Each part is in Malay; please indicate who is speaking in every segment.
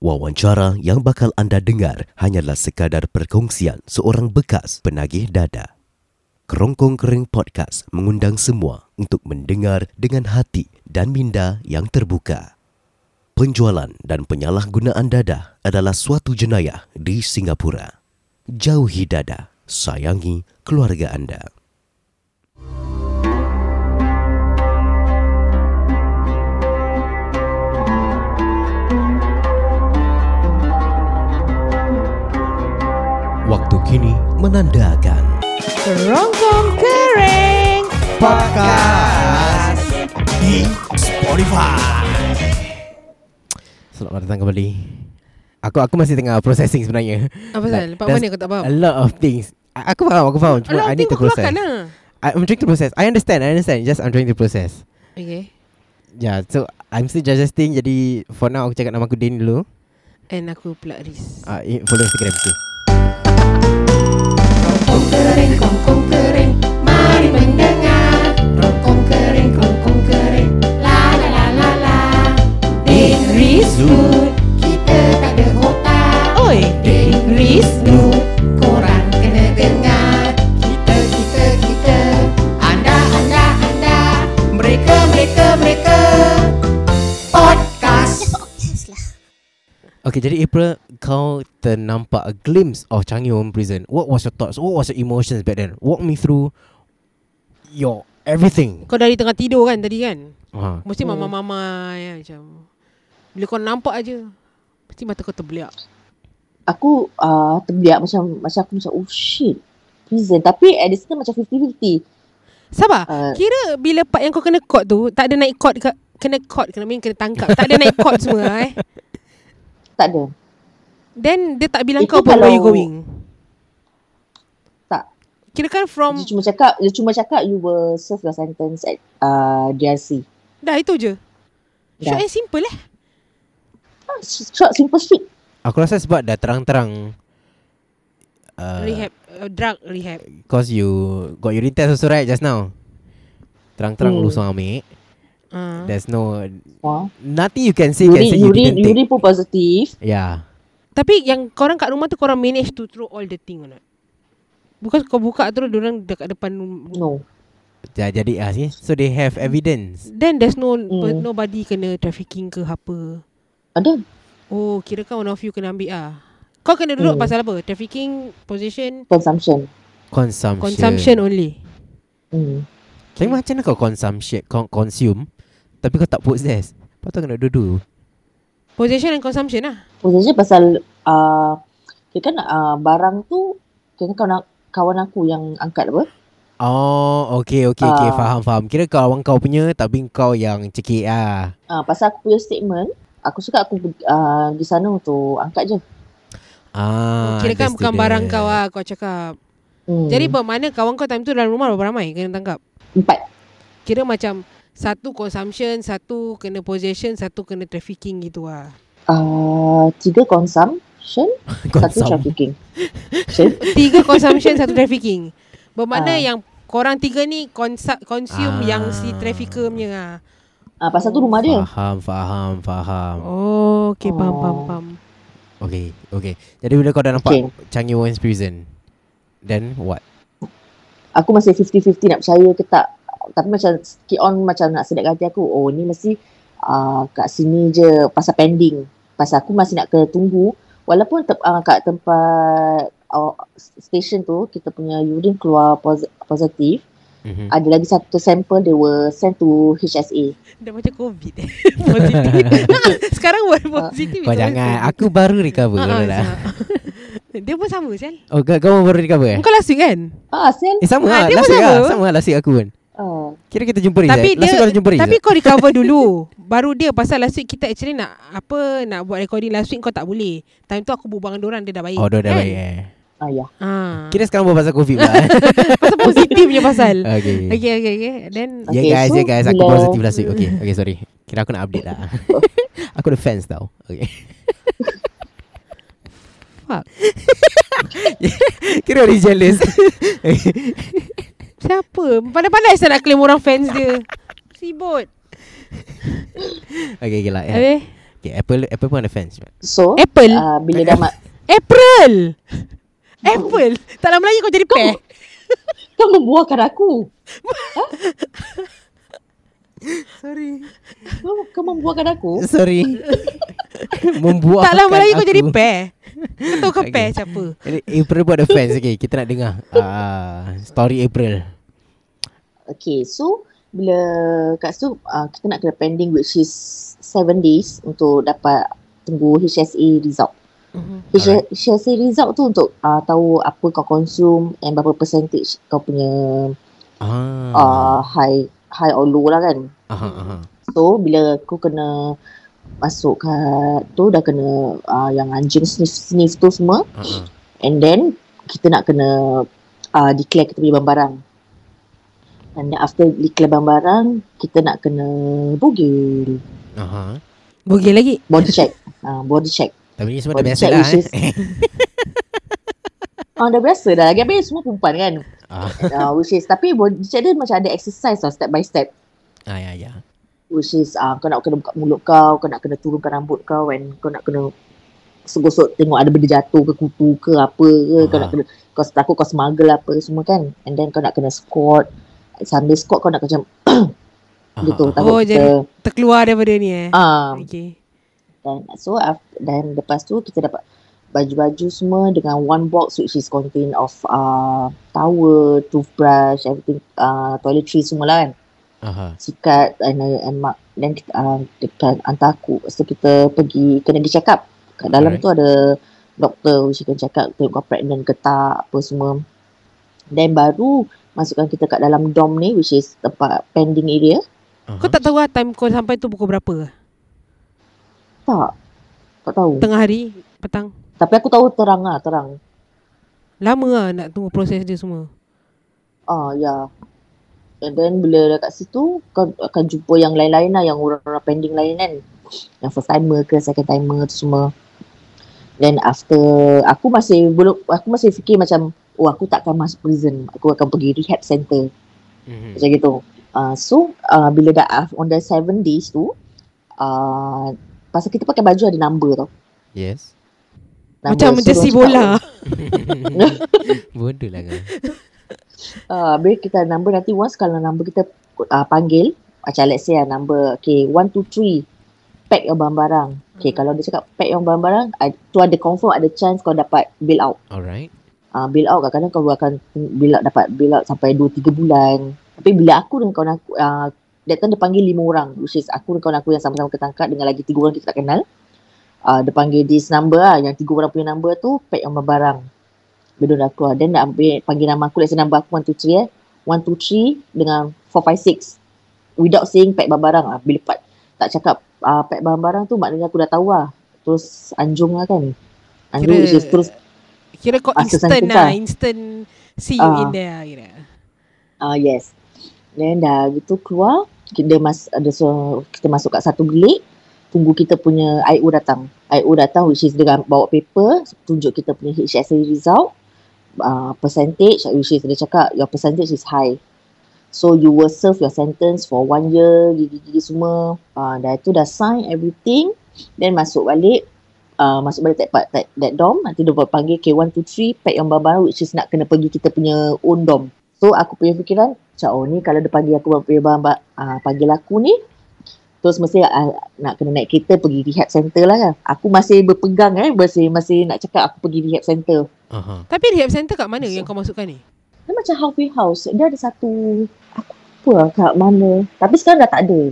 Speaker 1: Wawancara yang bakal anda dengar hanyalah sekadar perkongsian seorang bekas penagih dada. Kerongkong Kering Podcast mengundang semua untuk mendengar dengan hati dan minda yang terbuka. Penjualan dan penyalahgunaan dadah adalah suatu jenayah di Singapura. Jauhi dadah, sayangi keluarga anda. Waktu kini menandakan
Speaker 2: Kerongkong Kering
Speaker 3: Podcast di Spotify.
Speaker 4: Selamat datang kembali. Aku aku masih tengah processing sebenarnya.
Speaker 2: Apa pasal? Part
Speaker 4: there's
Speaker 2: mana kau tak faham?
Speaker 4: A lot of things. A- Aku faham, aku faham. Cuma I need to process.
Speaker 2: Keluarkan lah
Speaker 4: I- I'm trying to process. I understand, I understand. Just I'm trying to process.
Speaker 2: Okay
Speaker 4: Yeah, so I'm still digesting. Jadi for now aku cakap nama aku Din dulu.
Speaker 2: And aku pula Riz
Speaker 4: Uh, follow Instagram aku.
Speaker 2: Kongkong kering, kongkong kering Mari mendengar Kongkong kering, kongkong kering La la la la la Ding Riz Good Kita tak ada otak Oi Ding Riz Good Korang Kan? kena dengar Kita, kita, kita Anda, anda, anda Mereka, mereka, mereka Podcast
Speaker 4: Okay, jadi April, kau ternampak a glimpse of Changi Home Prison. What was your thoughts? What was your emotions back then? Walk me through your everything.
Speaker 2: Kau dari tengah tidur kan tadi kan
Speaker 4: Ha.
Speaker 2: Mesti
Speaker 5: Hmm.
Speaker 2: mama-mama ya, macam Bila kau nampak aje Mesti mata kau terbeliak
Speaker 5: aku uh, terbiak macam macam aku macam oh shit prison tapi at the same time macam 50-50
Speaker 2: Sabar
Speaker 5: uh,
Speaker 2: Kira bila part yang kau kena court tu Tak ada naik court ke, Kena court Kena main kena tangkap Tak ada naik court semua eh
Speaker 5: tak ada
Speaker 2: Then dia tak bilang
Speaker 5: Itu
Speaker 2: kau pun Where
Speaker 5: kalau-
Speaker 2: you going
Speaker 5: Tak.
Speaker 2: Kira kan
Speaker 5: dia
Speaker 4: Um,
Speaker 2: from
Speaker 5: cuma cakap dia cuma cakap you will serve your sentence at uh, DRC
Speaker 2: Dah itu je Short
Speaker 5: Dah.
Speaker 2: and simple eh
Speaker 5: ah, short simple shit
Speaker 4: Aku rasa sebab dah terang-terang uh,
Speaker 2: Rehab uh, Drug rehab
Speaker 4: Cause you Got urine test also right just now Terang-terang
Speaker 5: Hmm.
Speaker 4: lu seorang ambil
Speaker 2: uh.
Speaker 4: There's no
Speaker 5: Wah.
Speaker 4: Nothing you can say you can
Speaker 5: Yuri,
Speaker 4: say you
Speaker 5: Yuri,
Speaker 4: didn't
Speaker 5: Yuri
Speaker 4: take
Speaker 5: pun positif
Speaker 4: Yeah
Speaker 2: Tapi yang korang kat rumah tu Korang manage to throw all the thing or not Bukan kau buka terus Diorang dekat depan rum-
Speaker 5: no
Speaker 4: Ja- Jadi ah, see? So they have evidence
Speaker 2: Then there's no mm.
Speaker 5: Hmm.
Speaker 2: nobody kena trafficking ke apa.
Speaker 5: ada
Speaker 2: Oh, kira kan one of you kena ambil ah. Kau kena duduk
Speaker 5: Hmm.
Speaker 2: pasal apa? Trafficking, possession,
Speaker 5: consumption
Speaker 4: Consumption
Speaker 2: consumption only.
Speaker 5: hmm.
Speaker 4: Tapi macam mana kau consumption con- Consume Tapi kau tak possess Kau tu kena duduk
Speaker 2: Possession and consumption lah.
Speaker 5: positif pasal uh, dia kan uh, barang tu kira kawan kawan aku yang angkat apa
Speaker 4: Oh okay okay okay
Speaker 5: Ah.
Speaker 4: Faham faham Kira kawan kau punya Tapi kau yang cekik ah.
Speaker 5: uh, pasal aku punya statement aku suka aku uh, pergi sana untuk angkat je
Speaker 4: Ah,
Speaker 2: kira kan bukan
Speaker 4: understood
Speaker 2: barang
Speaker 4: that.
Speaker 2: kau lah kau cakap.
Speaker 5: hmm.
Speaker 2: Jadi bermakna kawan kau time tu dalam rumah berapa ramai kena tangkap?
Speaker 5: empat
Speaker 2: Kira macam satu consumption, satu kena possession, satu kena trafficking gitu lah.
Speaker 5: Uh, tiga consumption, satu
Speaker 4: Consum-
Speaker 5: trafficking. Sorry?
Speaker 2: Tiga consumption, satu trafficking. Bermakna
Speaker 5: Ah.
Speaker 2: yang korang tiga ni consu- consume
Speaker 4: Ah.
Speaker 2: yang si trafficker punya lah.
Speaker 5: Ah, pasal tu rumah dia.
Speaker 4: Faham, faham, faham.
Speaker 2: Oh, okay, faham, faham,
Speaker 5: Oh.
Speaker 2: faham.
Speaker 4: Okay, okay. Jadi bila kau dah nampak
Speaker 5: Okay.
Speaker 4: Changi Women's Prison, then what?
Speaker 5: Aku masih 50-50 nak percaya ke tak. Tapi macam keep on macam nak sedap hati aku. Oh ni mesti uh, kat sini je pasal pending. Pasal aku masih nak kena tunggu. Walaupun te- uh, kat tempat uh, station tu kita punya urine keluar pos- positif.
Speaker 4: Mm-hmm.
Speaker 5: Ada lagi satu sample they were send to HSA.
Speaker 2: Dah macam COVID eh. positif. Sekarang word positif.
Speaker 4: Ah. Kau
Speaker 2: is
Speaker 4: jangan.
Speaker 2: always
Speaker 4: Aku baru recover
Speaker 2: positive.
Speaker 4: uh,
Speaker 2: Ah, ah,
Speaker 4: lah.
Speaker 2: sama. Dia pun sama Sel.
Speaker 4: Oh, kau, kau baru recover eh?
Speaker 2: Kau last week kan?
Speaker 5: Ah, send.
Speaker 4: Eh, sama
Speaker 2: Ah,
Speaker 4: lah.
Speaker 2: dia pun
Speaker 4: Last week
Speaker 2: sama.
Speaker 4: lah. Sama lah last week aku pun.
Speaker 5: Uh,
Speaker 4: Kira kita jumpa Rizal.
Speaker 2: Tapi
Speaker 4: eh. last
Speaker 2: dia-
Speaker 4: week kau dah jumpa Rizal.
Speaker 2: Tapi kau recover dulu. Baru dia pasal last week kita actually nak apa nak buat recording last week kau tak boleh. Time tu aku berbual dengan orang dia dah baik.
Speaker 4: Oh, dah dah
Speaker 2: kan?
Speaker 4: baik eh.
Speaker 5: ah, ya.
Speaker 2: Ah.
Speaker 4: Kira sekarang buat pasal COVID lah.
Speaker 2: pasal positif je pasal.
Speaker 4: okay. okay.
Speaker 2: Okay, okay, okay. Then
Speaker 4: Yeah
Speaker 5: Okay,
Speaker 4: guys,
Speaker 5: so
Speaker 4: yeah guys. Aku
Speaker 5: bila-
Speaker 4: positif last week. Okay, okay sorry. Kira aku nak update lah. aku ada fans tau. Okay.
Speaker 2: Fuck.
Speaker 4: Kira orang jealous.
Speaker 2: siapa? Pandai-pandai saya nak claim orang fans dia. Sibut.
Speaker 4: okay, okay lah. Yeah.
Speaker 2: Habis?
Speaker 4: Okay, Apple Apple pun ada fans. Mat.
Speaker 5: So
Speaker 2: Apple.
Speaker 5: uh, bila dah ma-
Speaker 2: April. Apple. Dalam Melayu kau jadi pear.
Speaker 5: Kau membuahkan aku
Speaker 4: Sorry.
Speaker 5: Kau, kau membuahkan aku
Speaker 4: Sorry. Membuat.
Speaker 2: Dalam Melayu kau jadi pear. Kau tahu kau
Speaker 4: Okay.
Speaker 2: pear macam apa?
Speaker 4: April pun ada fans. Okay, kita nak dengar uh, story April.
Speaker 5: Okay so Bila kat situ uh, Kita nak kena pending Which is 7 days Untuk dapat Tunggu HSA result
Speaker 4: Alright.
Speaker 5: Alright. HSA result tu untuk uh, Tahu apa kau consume And berapa percentage Kau punya
Speaker 1: Hmm.
Speaker 4: Ah.
Speaker 5: uh, High High or low lah kan
Speaker 4: Aha, aha.
Speaker 5: So bila aku kena Masuk kat Tu dah kena uh, Yang anjing sniff-sniff tu semua
Speaker 4: aha.
Speaker 5: And then kita nak kena uh, declare kita punya barang-barang. And then after declare barang-barang, kita nak kena bogil.
Speaker 4: Aha.
Speaker 2: Bogey lagi.
Speaker 5: Body check. Uh, body check.
Speaker 4: Tapi ni semua dah
Speaker 5: Body
Speaker 4: biasa
Speaker 5: check
Speaker 4: lah
Speaker 5: which
Speaker 4: eh.
Speaker 5: is- Ah dah biasa dah. Lagi habis semua perempuan kan.
Speaker 4: Ah.
Speaker 5: Uh, which is tapi body check dia macam ada exercise tau step by step.
Speaker 4: ah, ya, ya.
Speaker 5: Which is uh, kau nak kena buka mulut kau, kau nak kena turunkan rambut kau and kau nak kena gosok tengok ada benda jatuh ke kutu ke apa ke kau
Speaker 4: Ah.
Speaker 5: nak kena kau takut kau smuggle apa semua kan and then kau nak kena squat sambil squat kau nak macam
Speaker 4: Aha,
Speaker 5: gitu
Speaker 4: aha.
Speaker 5: takut
Speaker 2: Oh,
Speaker 5: kita
Speaker 2: jadi- Terkeluar daripada ni eh.
Speaker 5: ah
Speaker 2: Okay.
Speaker 5: dan so after, dan lepas tu kita dapat baju-baju semua dengan one box which is contain of uh, towel, toothbrush, everything uh, toiletries semua lah kan
Speaker 4: Aha.
Speaker 5: sikat and, and mak dan kita uh, dekat hantar aku so kita pergi kena di check up kat dalam
Speaker 4: Alright.
Speaker 5: tu ada doktor which kena check up tengok kau pregnant ke tak apa semua then baru masukkan kita kat dalam dom ni which is tempat pending area
Speaker 4: Aha.
Speaker 2: Kau tak tahu lah time kau sampai tu pukul berapa?
Speaker 5: tak tak tahu
Speaker 2: Tengah hari? Petang?
Speaker 5: tapi aku tahu terang lah terang
Speaker 2: Lama lah nak tunggu proses dia semua.
Speaker 5: Ah, ya. And then bila dah kat situ, kau akan jumpa yang lain-lain lah, yang orang-orang pending lain kan. Yang first timer ke, second timer tu semua. Then after, aku masih belum, aku masih fikir macam, oh aku takkan masuk prison, aku akan pergi rehab center.
Speaker 4: Mhm.
Speaker 5: Macam gitu. Uh, so, uh, bila dah af- on the seven days tu, uh, pasal kita pakai baju ada number tau.
Speaker 4: Yes.
Speaker 5: Number.
Speaker 2: Macam
Speaker 5: So,
Speaker 2: jersey
Speaker 5: dia orang cakap,
Speaker 2: bola.
Speaker 4: Bodoh lah kau.
Speaker 5: uh, bila kita number nanti once kalau number kita uh, panggil macam let's say lah number okay one two three pack your barang-barang okay kalau dia cakap pack your barang-barang uh, tu ada confirm ada chance kau dapat bail out
Speaker 4: Alright.
Speaker 5: uh, bail out kadang-kadang kau akan bail out dapat bail out sampai 2-3 bulan tapi bila aku dengan kawan aku uh, that time dia panggil 5 orang which is aku dan kawan aku yang sama-sama ketangkap dengan lagi 3 orang kita tak kenal uh, dia panggil this number lah yang 3 orang punya number tu pack yang barang bila dah keluar then nak ambil panggil nama aku let's say number aku 123 eh 123 dengan 456 without saying pack barang-barang lah bila part tak cakap uh, pack barang-barang tu maknanya aku dah tahu lah terus anjung lah kan anjung
Speaker 2: Kira-
Speaker 5: which is terus
Speaker 2: Kira kau
Speaker 5: Ah,
Speaker 2: instant
Speaker 5: kesan-kesan.
Speaker 2: lah. Instant see you
Speaker 5: Ah.
Speaker 2: in there lah kira.
Speaker 5: Ah uh, yes. Then dah gitu keluar, kita mas ada so, kita masuk kat satu bilik, tunggu kita punya IO datang. IO datang which is dengan bawa paper, tunjuk kita punya HSA result, uh, percentage which is dia cakap your percentage is high. So you will serve your sentence for one year, gigi-gigi semua. Uh, dah itu dah sign everything, then masuk balik Uh, masuk balik that, part, that, that dom nanti dia panggil K123 pack yang barang which is nak kena pergi kita punya own dom So aku punya fikiran macam oh ni kalau dia panggil aku punya abang abang, ah, panggil aku ni terus mesti ah, nak kena naik kereta pergi rehab center lah kan. Aku masih berpegang eh masih masih nak cakap aku pergi rehab center.
Speaker 4: Aha.
Speaker 2: Tapi rehab center kat mana yang kau masukkan ni?
Speaker 5: Dia macam halfway house. Dia ada satu aku apa lah kat mana. Tapi sekarang dah tak ada.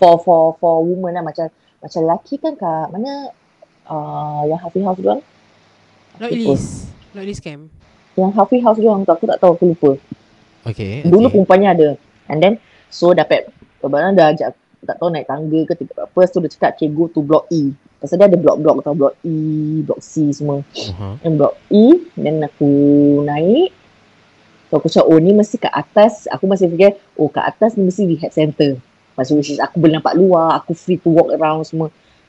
Speaker 5: For for for woman lah macam macam lelaki kan kat mana uh, yang halfway house dia orang.
Speaker 2: Not
Speaker 5: Ikut.
Speaker 2: least. Not least camp.
Speaker 5: Yang halfway house dia orang tu aku tak tahu aku lupa.
Speaker 4: Okay.
Speaker 5: Dulu
Speaker 4: okay.
Speaker 5: perempuannya ada. And then so dapat kebetulan dah ajak tak tahu naik tangga ke tiga apa so dia cakap okay go to block E. Pasal dia ada blok-blok tau blok E, blok C semua.
Speaker 4: Aha.
Speaker 5: Dan blok E dan aku naik So aku cakap oh ni mesti kat atas Aku masih fikir oh kat atas ni mesti rehab center Maksud which is aku boleh nampak luar Aku free to walk around semua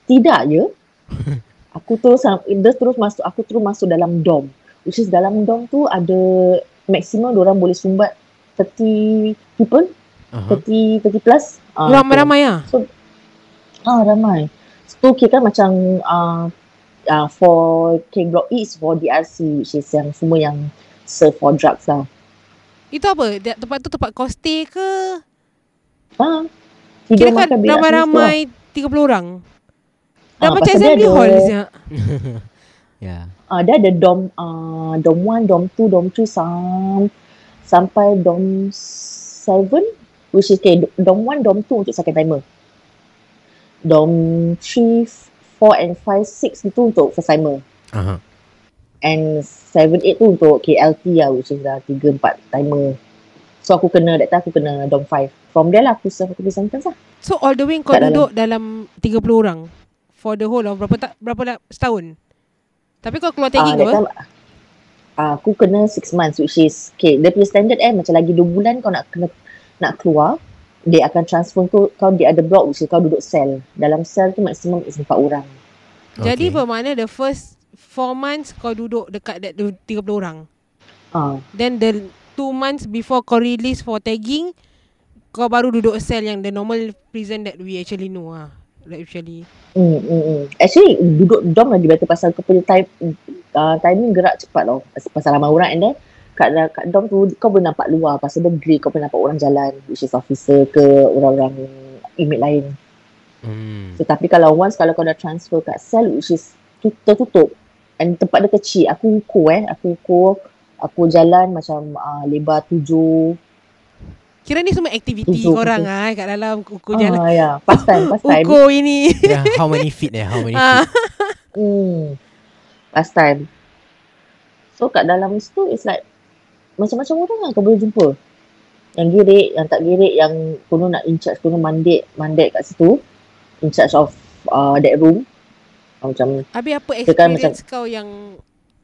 Speaker 5: Tidak je Aku terus dia terus masuk Aku terus masuk dalam dom Which is dalam dom tu ada Maksimum orang boleh sumbat 30 people
Speaker 4: Aha.
Speaker 5: 30, 30 plus Ah,
Speaker 2: Ramai-ramai lah.
Speaker 5: Ah ramai. tu kira macam uh, uh, for King Block E is for DRC which is yang semua yang serve for drugs lah.
Speaker 2: Itu apa? Dia- Tempat tu tempat kau stay ke?
Speaker 5: Ha. Tidur
Speaker 2: Kira kan
Speaker 5: makan berak
Speaker 2: ramai-ramai 30 orang. Dah
Speaker 5: Ah,
Speaker 2: macam
Speaker 5: pasal dia
Speaker 2: assembly
Speaker 5: ada-
Speaker 2: hall siap.
Speaker 4: Yeah.
Speaker 5: Ah, dia ada dom ah, dom 1, dom 2, dom 3 sam, sampai dom 7 which is okay, dom 1, dom 2 untuk second timer. Dom 3, 4 and 5, 6 itu untuk first timer.
Speaker 4: Aha.
Speaker 5: And 7, 8 tu untuk KLT lah which is dah 3, 4 timer. So aku kena, that time aku kena dom 5. From there lah aku serve aku punya sentence lah.
Speaker 2: So all the way kau
Speaker 5: Kat dalam.
Speaker 2: duduk dalam 30 orang for the whole of berapa tak berapa lah, setahun. Tapi kau keluar
Speaker 5: Ah,
Speaker 2: tagging
Speaker 5: that
Speaker 2: ke? apa?
Speaker 5: time, ah, aku kena 6 months which is okay, dia punya standard eh macam lagi 2 bulan kau nak kena nak keluar dia akan transfer kau, kau di other block which is kau duduk sel. Dalam sel tu maksimum is 4 orang.
Speaker 2: Jadi
Speaker 4: Okay.
Speaker 2: bermakna the first 4 months kau duduk dekat that du- 30 orang.
Speaker 5: Ah,
Speaker 2: Then the 2 months before kau release for tagging kau baru duduk sel yang the normal prison that we actually know ah. Like actually.
Speaker 5: mm, mm, mm. Actually duduk dom lagi better pasal kau punya time uh, timing gerak cepat tau. Pasal ramai orang and then kat, kat dom tu kau boleh nampak luar pasal dia grey kau boleh nampak orang jalan which is officer ke orang-orang inmate lain.
Speaker 4: Mm.
Speaker 5: Tetapi kalau once kalau kau dah transfer kat sel which is tu- tertutup and tempat dia kecil, aku ukur eh, aku ukur aku jalan macam uh, lebar tujuh
Speaker 2: Kira ni semua aktiviti
Speaker 5: Betul,
Speaker 2: korang
Speaker 5: betul.
Speaker 2: ah kat dalam ukur
Speaker 5: Ah,
Speaker 2: jalan.
Speaker 5: ya, past time, past time.
Speaker 2: Ukur ini.
Speaker 4: yeah. How many feet there? How many
Speaker 2: Ah.
Speaker 4: feet?
Speaker 5: Hmm. Last time. So kat dalam situ it's like macam-macam orang lah kau boleh jumpa. Yang girik, yang tak girik, yang kono nak in charge, kono mandek, mandek kat situ. In charge of uh, that room. Ah, Macam
Speaker 2: Habis apa
Speaker 5: Dia kan
Speaker 2: experience kau yang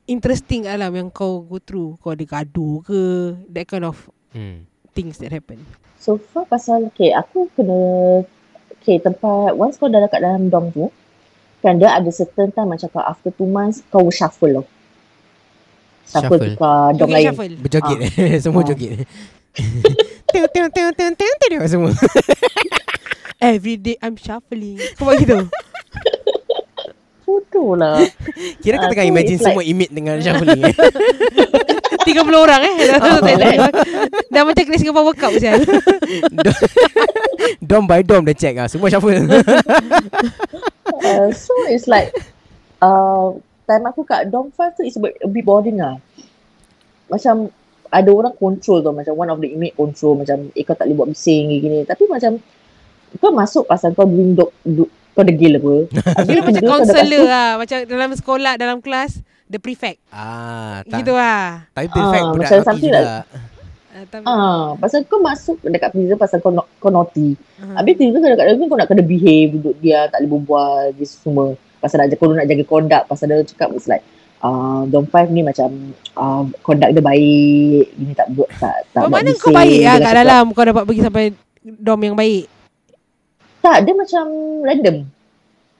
Speaker 2: interesting alam yang kau go through? Kau ada gaduh ke? That kind of
Speaker 4: Mm.
Speaker 2: things that happen.
Speaker 5: So far pasal okay, aku kena okay tempat once kau dah dekat dalam dorm tu kan dia ada certain time macam kau after two months kau shuffle loh. Shuffle,
Speaker 4: Shuffle.
Speaker 5: tukar
Speaker 2: Joget
Speaker 5: dorm lain.
Speaker 2: shuffle.
Speaker 4: Berjoget eh. Semua
Speaker 5: Ah.
Speaker 4: joget Tengok tengok tengok tengok tengok tengok semua
Speaker 2: Every day I'm shuffling. Kau buat gitu?
Speaker 5: Bodoh lah.
Speaker 4: Kira kau
Speaker 5: Ah,
Speaker 4: tengah
Speaker 5: so
Speaker 4: imagine
Speaker 5: it's like-
Speaker 4: semua imit dengan shuffling eh.
Speaker 2: 30 orang eh.
Speaker 5: Oh,
Speaker 2: Dah, dah, dah, dah. dah macam kena Singapore World Cup sial.
Speaker 4: Dom- Dom by dom dah check lah Semua shuffle
Speaker 5: Uh, so it's like uh, time aku kat dorm 5 tu is a bit, a bit boring lah. Macam ada orang control tu macam one of the inmate control macam eh kau tak boleh buat bising gini tapi macam kau masuk pasal kau doing dog, do, kau degil apa Habis
Speaker 2: Kira macam
Speaker 5: kau degil, kau dekat
Speaker 2: counselor
Speaker 5: situ,
Speaker 2: lah. Macam dalam sekolah, dalam kelas. The prefect.
Speaker 4: Ah, tak,
Speaker 2: Gitu lah.
Speaker 4: Tapi perfect
Speaker 5: Ah,
Speaker 4: budak
Speaker 5: macam
Speaker 4: lelaki
Speaker 5: something
Speaker 4: juga
Speaker 5: like-
Speaker 2: Ah, tapi-
Speaker 5: Ah, pasal kau masuk dekat prison pasal kau, no, kau naughty.
Speaker 2: Ah.
Speaker 5: Habis tiba kau dekat prison kau nak kena behave, duduk dia tak boleh berbual, dia semua. Pasal nak, kau nak jaga conduct, pasal dia cakap it's like, uh, Dom 5 ni macam uh, conduct dia baik, gini tak buat, tak, tak
Speaker 2: Kau
Speaker 5: buat
Speaker 2: mana kau
Speaker 5: bising,
Speaker 2: baik
Speaker 5: dia
Speaker 2: lah
Speaker 5: dah
Speaker 2: kat
Speaker 5: cakap.
Speaker 2: dalam. Kau dapat pergi sampai dom yang baik.
Speaker 5: Tak, dia macam random.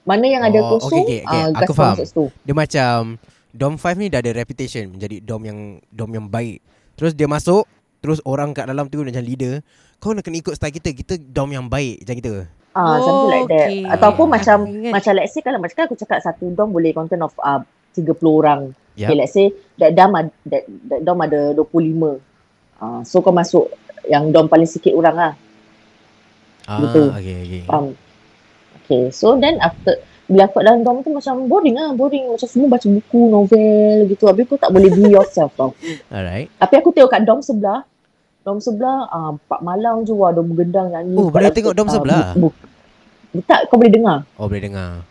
Speaker 5: Mana yang ada
Speaker 4: Oh,
Speaker 5: kosong,
Speaker 4: okay, okay, okay.
Speaker 5: ah,
Speaker 4: Aku
Speaker 5: gas kau
Speaker 4: faham.
Speaker 5: masuk situ.
Speaker 4: Dia macam Dom 5 ni dah ada reputation Menjadi dom yang Dom yang baik Terus dia masuk Terus orang kat dalam tu Macam leader Kau nak kena ikut style kita Kita dom yang baik Macam kita
Speaker 2: Oh,
Speaker 5: Ah, something like that.
Speaker 2: okay.
Speaker 5: Ataupun macam
Speaker 2: Ingat.
Speaker 5: macam let's say kalau macam kan aku cakap satu dom boleh content of uh, 30 orang.
Speaker 4: Yup.
Speaker 2: Ya.
Speaker 5: Okay, let's say that dom ad- that, that dom ada 25. Uh, so kau masuk yang dom paling sikit orang lah.
Speaker 4: Ah,
Speaker 5: Betul.
Speaker 4: okay, okay.
Speaker 5: Faham? Okay, so then after bila aku dalam dorm tu macam boring lah, boring. Macam semua baca buku, novel gitu. Habis kau tak boleh be yourself tau.
Speaker 4: Alright.
Speaker 5: Tapi aku tengok kat dom sebelah. Dom sebelah, uh, Pak Malang je wah, dom gendang nyanyi.
Speaker 4: Oh, boleh
Speaker 5: Lepas tu,
Speaker 4: tengok dom
Speaker 5: ah,
Speaker 4: sebelah?
Speaker 5: bu- bu- tak, kau boleh dengar.
Speaker 4: Oh, boleh dengar.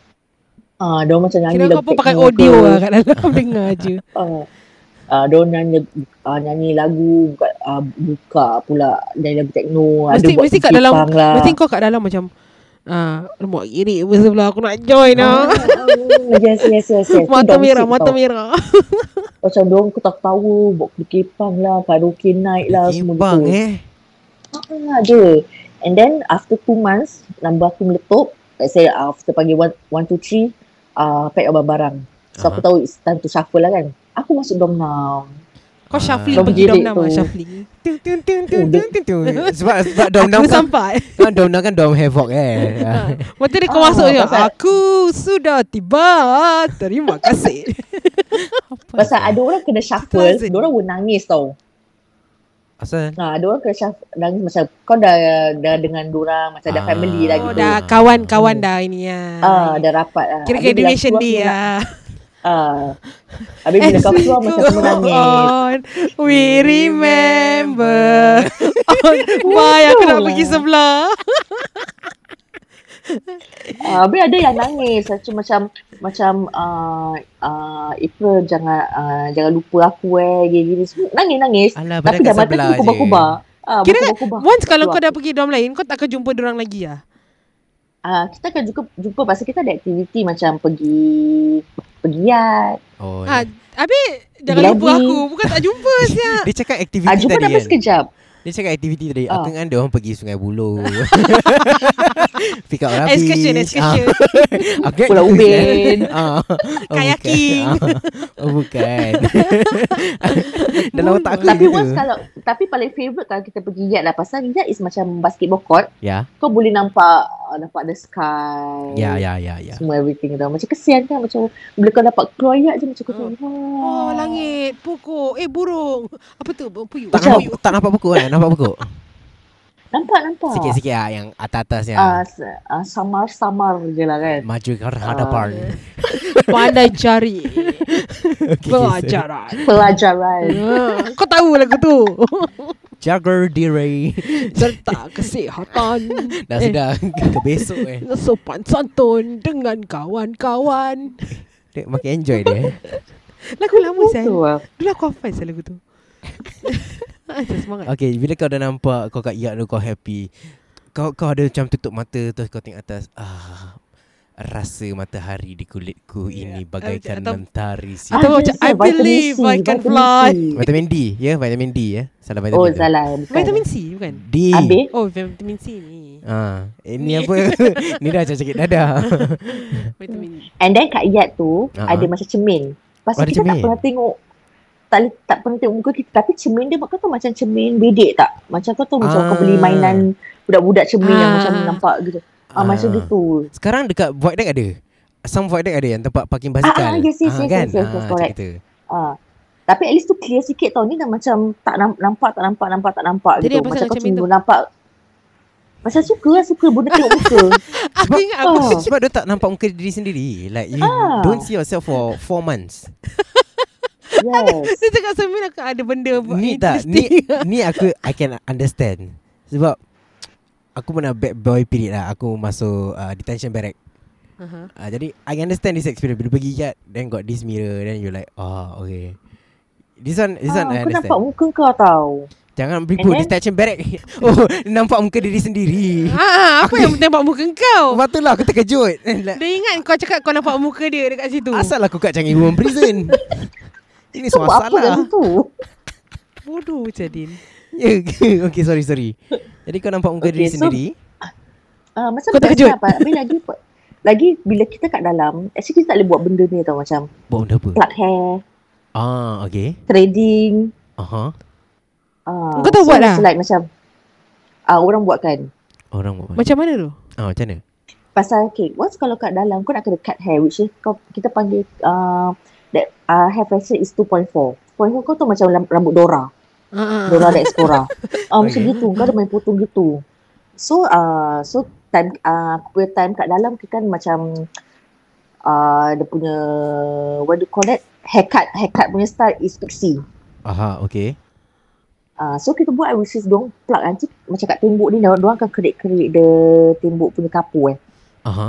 Speaker 5: Ah, dia orang macam nyanyi
Speaker 2: Kira kau pun
Speaker 5: lagu
Speaker 2: pakai
Speaker 5: techno
Speaker 2: audio
Speaker 5: ke.
Speaker 2: lah kat dalam. Dengar je.
Speaker 5: Ah, ah, dia orang nyanyi ah, nyanyi lagu buka, ah, buka pula dari lagu techno.
Speaker 2: Mesti-
Speaker 5: ada buat
Speaker 2: mesti kat
Speaker 5: sikit
Speaker 2: dalam-
Speaker 5: punk lah.
Speaker 2: Mesti kau kat dalam macam Ah, rumah kiri apa sebelah aku nak join ah.
Speaker 5: Ah, ah, yes, yes, yes, yes. Tu
Speaker 2: Mata
Speaker 5: dorm
Speaker 2: merah,
Speaker 5: seat
Speaker 2: mata
Speaker 5: tau.
Speaker 2: merah.
Speaker 5: Macam dia orang ketawa-tawa, buat kepang lah, karaoke night lah, semua
Speaker 4: Bang
Speaker 5: gitu.
Speaker 4: eh.
Speaker 5: Ah, ada. And then after two months, number aku meletup. Let's say ah, after panggil one, one two three, ah, uh, pack abang barang. So aku tahu it's time to shuffle lah kan. Aku masuk dorm now.
Speaker 2: Kau Kau shuffling
Speaker 5: Kau
Speaker 2: pergi
Speaker 5: bergirik
Speaker 2: dom nama
Speaker 5: tu.
Speaker 2: shuffling. Tun tun tun tun
Speaker 5: Oh,
Speaker 4: Tun,
Speaker 5: dia-
Speaker 4: tun, tun. Sebab sebab dom dom
Speaker 2: Aku
Speaker 4: kan
Speaker 2: sampai.
Speaker 4: kan dom dom kan dom havoc eh. Ah.
Speaker 2: Waktu dia kau
Speaker 5: Ah,
Speaker 2: masuk je.
Speaker 5: pasal-
Speaker 2: Aku sudah tiba. Terima kasih.
Speaker 5: Pasal ada orang kena shuffle,
Speaker 2: Thousand.
Speaker 5: orang pun nangis tau.
Speaker 4: Asal
Speaker 5: Ha, ada orang kena shuffle, nangis macam kau dah dah dengan orang macam dah
Speaker 4: Ah.
Speaker 5: family dah
Speaker 2: Oh,
Speaker 5: gitu.
Speaker 2: dah kawan-kawan dah ini ya.
Speaker 5: Ah, dah rapat ah.
Speaker 2: Kira
Speaker 5: Habis bila
Speaker 2: graduation
Speaker 5: keluar,
Speaker 2: day
Speaker 5: semua nak-
Speaker 2: lah.
Speaker 5: Ah. Habis bila kau keluar macam semua nangis.
Speaker 2: Oh. We remember. Why aku nak
Speaker 5: Betul
Speaker 2: pergi
Speaker 5: lah.
Speaker 2: sebelah.
Speaker 5: Uh, habis ada yang nangis Macam macam Macam uh, uh, April jangan uh, Jangan lupa aku eh Gini-gini semua Nangis-nangis
Speaker 4: Alah,
Speaker 5: Tapi
Speaker 4: badan kat
Speaker 5: dah mata
Speaker 4: sebelah
Speaker 5: tu
Speaker 4: je.
Speaker 5: berkubar-kubar uh,
Speaker 2: Kira kan, Once kalau kau dah pergi dom lain, kau tak akan jumpa orang lagi lah.
Speaker 5: uh, Kita akan juga jumpa Pasal kita ada aktiviti Macam pergi Pergiat
Speaker 4: Oh.
Speaker 2: Ha,
Speaker 4: ya.
Speaker 2: habis jangan
Speaker 5: Lagi.
Speaker 2: lupa aku. Bukan tak jumpa Eh, siap.
Speaker 4: Dia cakap aktiviti
Speaker 5: uh, Jumpa
Speaker 4: tadi
Speaker 5: dapat
Speaker 4: kan.
Speaker 5: sekejap
Speaker 4: Dia cakap aktiviti tadi.
Speaker 5: Ah.
Speaker 4: Aku kan dia orang pergi Sungai Buloh. Pick up rubbish.
Speaker 2: Excursion, excursion.
Speaker 4: Ah. Aku kan
Speaker 5: Pulau
Speaker 4: itu kan.
Speaker 5: Ubin.
Speaker 4: Ah. Oh,
Speaker 2: Kayaking.
Speaker 4: bukan. Ah. Oh, bukan. Dalam otak aku
Speaker 5: Tapi
Speaker 4: gitu.
Speaker 5: once kalau Tapi paling favourite Kalau kita pergi Yat lah Pasal Yat is macam Basketball court
Speaker 4: Ya,
Speaker 5: Kau boleh nampak uh, Nampak the sky
Speaker 4: ya, ya, ya, ya.
Speaker 5: Semua everything tau Macam kesian kan Macam Bila kau dapat keluar Yat je Macam kau tengok
Speaker 2: Oh, langit, pokok, eh burung. Apa tu? Puyuh.
Speaker 4: Tak nampak, tak nampak pokok kan? Nampak pokok?
Speaker 5: Nampak nampak
Speaker 4: Sikit-sikit ah yang atas-atas
Speaker 2: ya.
Speaker 4: yang
Speaker 5: Ah, s- ah, samar-samar je lah kan.
Speaker 4: maju ke hadapan.
Speaker 2: Pandai cari pelajaran.
Speaker 5: Pelajaran.
Speaker 2: Ya, Kau tahu lagu tu.
Speaker 4: Jaga diri.
Speaker 2: Serta kesihatan.
Speaker 4: Dah
Speaker 2: Eh.
Speaker 4: sudah ke besok eh.
Speaker 2: Sopan santun dengan kawan-kawan.
Speaker 4: Dia makin enjoy dia. eh.
Speaker 2: Lagu lama saya.
Speaker 5: Betul lah.
Speaker 2: Dulu aku hafal saya lagu tu. Ada semangat.
Speaker 4: Okay, bila kau dah nampak kau kat iak tu kau happy. Kau kau ada macam tutup mata terus kau tengok atas. Ah, rasa matahari di kulitku ini
Speaker 2: Ya,
Speaker 4: bagaikan
Speaker 2: atau-
Speaker 4: mentari siang.
Speaker 2: Atau
Speaker 5: Ah,
Speaker 2: macam,
Speaker 5: yes,
Speaker 2: I
Speaker 5: ah, vitamin
Speaker 2: believe I
Speaker 5: C,
Speaker 2: can
Speaker 5: vitamin
Speaker 2: fly.
Speaker 5: C.
Speaker 4: Vitamin D, ya, vitamin D ya. Salah vitamin.
Speaker 5: Oh,
Speaker 4: tu.
Speaker 5: salah. Bukan.
Speaker 2: Vitamin C bukan?
Speaker 4: D.
Speaker 5: Habis?
Speaker 2: Oh, vitamin C ni.
Speaker 4: Ah, eh, ni apa? ni dah macam sakit dada. Eh?
Speaker 2: Vitamin
Speaker 5: And then kat Iyad tu,
Speaker 4: Ah,
Speaker 5: ada
Speaker 4: ah.
Speaker 5: macam cermin.
Speaker 4: Oh,
Speaker 5: Pasal
Speaker 4: ada
Speaker 5: kita tak
Speaker 4: cermin.
Speaker 5: pernah tengok tak, boleh- tak pernah tengok muka kita Tapi cermin dia Kau tahu macam cermin bedek tak Macam kau tahu Macam
Speaker 4: Ah.
Speaker 5: kau beli mainan Budak-budak cermin Yang
Speaker 2: Ah.
Speaker 5: macam nampak gitu ah, Macam
Speaker 4: Ah.
Speaker 5: gitu
Speaker 4: Sekarang dekat void deck ada. Some void deck ada yang tempat parking
Speaker 5: Ah,
Speaker 4: basikal.
Speaker 5: ah, yes, yes, yes,
Speaker 4: kan?
Speaker 5: yes, yes, yes,
Speaker 4: Ah,
Speaker 5: correct.
Speaker 4: macam gitu.
Speaker 5: ah. Tapi at least tu clear sikit tau Ni dah macam Tak nam- nampak Tak nampak nampak Tak nampak
Speaker 2: Jadi
Speaker 5: gitu
Speaker 2: apa
Speaker 5: Macam
Speaker 2: pasal
Speaker 5: kau
Speaker 2: cermin tu?
Speaker 5: cuma nampak Macam suka lah Suka benda tengok muka
Speaker 2: Aku ingat aku
Speaker 5: Ah.
Speaker 4: Sebab dia tak nampak muka diri sendiri. Like you
Speaker 5: Ah.
Speaker 4: don't see yourself for 4 months.
Speaker 5: Yes
Speaker 2: Dia cakap semin aku ada benda buat
Speaker 4: Ni tak ni, ni aku I can understand Sebab Aku pernah bad boy period lah Aku masuk uh, detention barrack
Speaker 2: Uh-huh.
Speaker 4: uh, Jadi I can understand this experience Bila pergi yard Then got this mirror Then you like Oh okay This one This one I
Speaker 5: Ah, kau
Speaker 4: understand
Speaker 5: nampak muka kau tau.
Speaker 4: Jangan ribut
Speaker 5: And then-
Speaker 4: detention barrack Oh nampak muka diri sendiri
Speaker 2: Ah, apa yang tembak muka
Speaker 5: Oh.
Speaker 2: kau?
Speaker 4: Lepas tu lah aku terkejut like,
Speaker 2: Dia ingat kau cakap kau nampak muka dia dekat situ.
Speaker 4: Asal aku kat Changi Women Prison Ini
Speaker 5: Oh. Kau
Speaker 4: semua
Speaker 5: buat apa kat
Speaker 4: salah
Speaker 5: situ?
Speaker 2: Bodoh Jadin.
Speaker 4: Ya, ke? okay, sorry, sorry. Jadi kau nampak muka
Speaker 5: Okay,
Speaker 4: diri
Speaker 5: so-
Speaker 4: sendiri.
Speaker 5: Ah, macam
Speaker 2: Kau
Speaker 5: tak
Speaker 2: terkejut?
Speaker 5: kenapa. Habis lagi lagi bila kita kat dalam, actually kita tak boleh buat benda ni tau macam
Speaker 4: Buat benda apa?
Speaker 5: plug hair,
Speaker 4: Ah, okay.
Speaker 5: trading.
Speaker 4: Aha.
Speaker 5: Ah,
Speaker 2: Kau tahu buat
Speaker 5: it's
Speaker 2: lah?
Speaker 5: Like, macam ah, orang buat kan.
Speaker 4: Orang buat macam
Speaker 2: Macam mana tu?
Speaker 4: ah, macam mana?
Speaker 5: Pasal okay, once kalau kat dalam kau nak kena cut hair which is kau, kita panggil uh, that uh, hair fraction is 2.4. 2.4 kau tu macam lam- rambut Dora.
Speaker 2: Ah, ah.
Speaker 5: Dora the Explorer. Ah, macam
Speaker 4: Okay.
Speaker 5: gitu. Kau ada main potong gitu. So, uh, so time uh, aku punya time kat dalam kita kan macam uh, dia punya what do you call that? Haircut. Haircut punya style is pixie.
Speaker 4: Aha, okay.
Speaker 5: Uh, so kita buat which is diorang plug nanti macam kat tembok ni diorang diorang akan kerik-kerik the tembok punya kapur eh.
Speaker 4: Aha.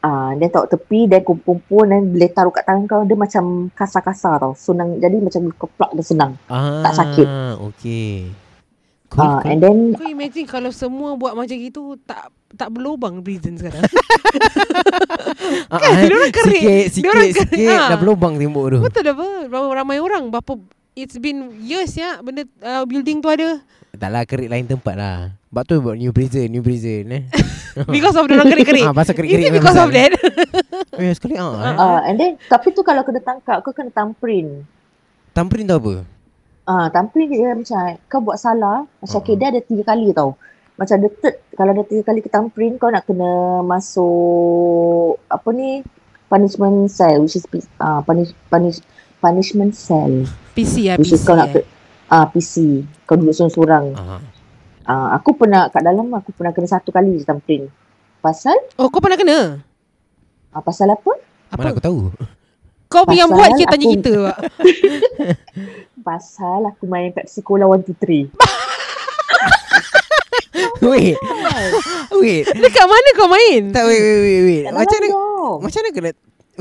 Speaker 5: Ah, uh, dia taruh tepi dan kumpul-kumpul dan bila taruh kat tangan kau dia macam kasar-kasar tau. Senang jadi macam kau plug dia senang.
Speaker 4: Ah,
Speaker 5: Tak sakit.
Speaker 4: Okay. Cool,
Speaker 5: Ah, uh,
Speaker 4: cool.
Speaker 5: and then
Speaker 2: Kau imagine kalau semua buat macam gitu tak tak berlubang prison sekarang.
Speaker 4: Ah,
Speaker 2: kan,
Speaker 4: ah,
Speaker 2: diorang kerik.
Speaker 4: Sikit,
Speaker 2: Diorang
Speaker 4: sikit,
Speaker 2: kerik,
Speaker 4: sikit.
Speaker 2: ah.
Speaker 4: Dah berlubang tembok tu.
Speaker 2: Betul apa? Berapa ramai orang berapa It's been years ya benda uh, building tu ada
Speaker 4: Tak lah, kerik lain tempat lah. Sebab tu buat new prison, new prison eh.
Speaker 2: because of orang kerik-kerik.
Speaker 4: Ah, pasal
Speaker 2: Is
Speaker 4: kerik-kerik
Speaker 2: it
Speaker 4: memang
Speaker 2: because of that?
Speaker 4: besar. Oh, ya, sekali ah. eh.
Speaker 5: uh, and then tapi tu kalau kena tangkap kau kena tamprin.
Speaker 4: Tamperin tau apa?
Speaker 5: Ah, tapi dia macam kau buat salah, macam
Speaker 4: Mm-mm.
Speaker 5: okay, dia ada tiga kali tau. Macam the third, kalau ada tiga kali ketampering kau nak kena masuk apa ni punishment cell which is ah uh, punish, punish punishment cell
Speaker 2: PC lah PC
Speaker 5: which is kau nak
Speaker 2: eh.
Speaker 5: ke, ah PC kau duduk seorang-seorang.
Speaker 4: Aha.
Speaker 5: Ah, aku pernah kat dalam aku pernah kena satu kali je tampering. Pasal
Speaker 2: Oh kau pernah kena?
Speaker 5: ah, pasal apa?
Speaker 4: Mana
Speaker 2: Apa?
Speaker 4: aku tahu?
Speaker 2: Kau
Speaker 5: Pasal lah
Speaker 2: yang buat ke tanya
Speaker 5: aku-
Speaker 2: kita Wak?
Speaker 5: Pasal aku main Pepsi Cola 1 2 3.
Speaker 4: wait. wait.
Speaker 2: Dekat mana kau main?
Speaker 4: Tak wait wait wait wait.
Speaker 5: Kat
Speaker 4: Macam
Speaker 5: dalam
Speaker 4: mana
Speaker 5: dong.
Speaker 4: macam mana kena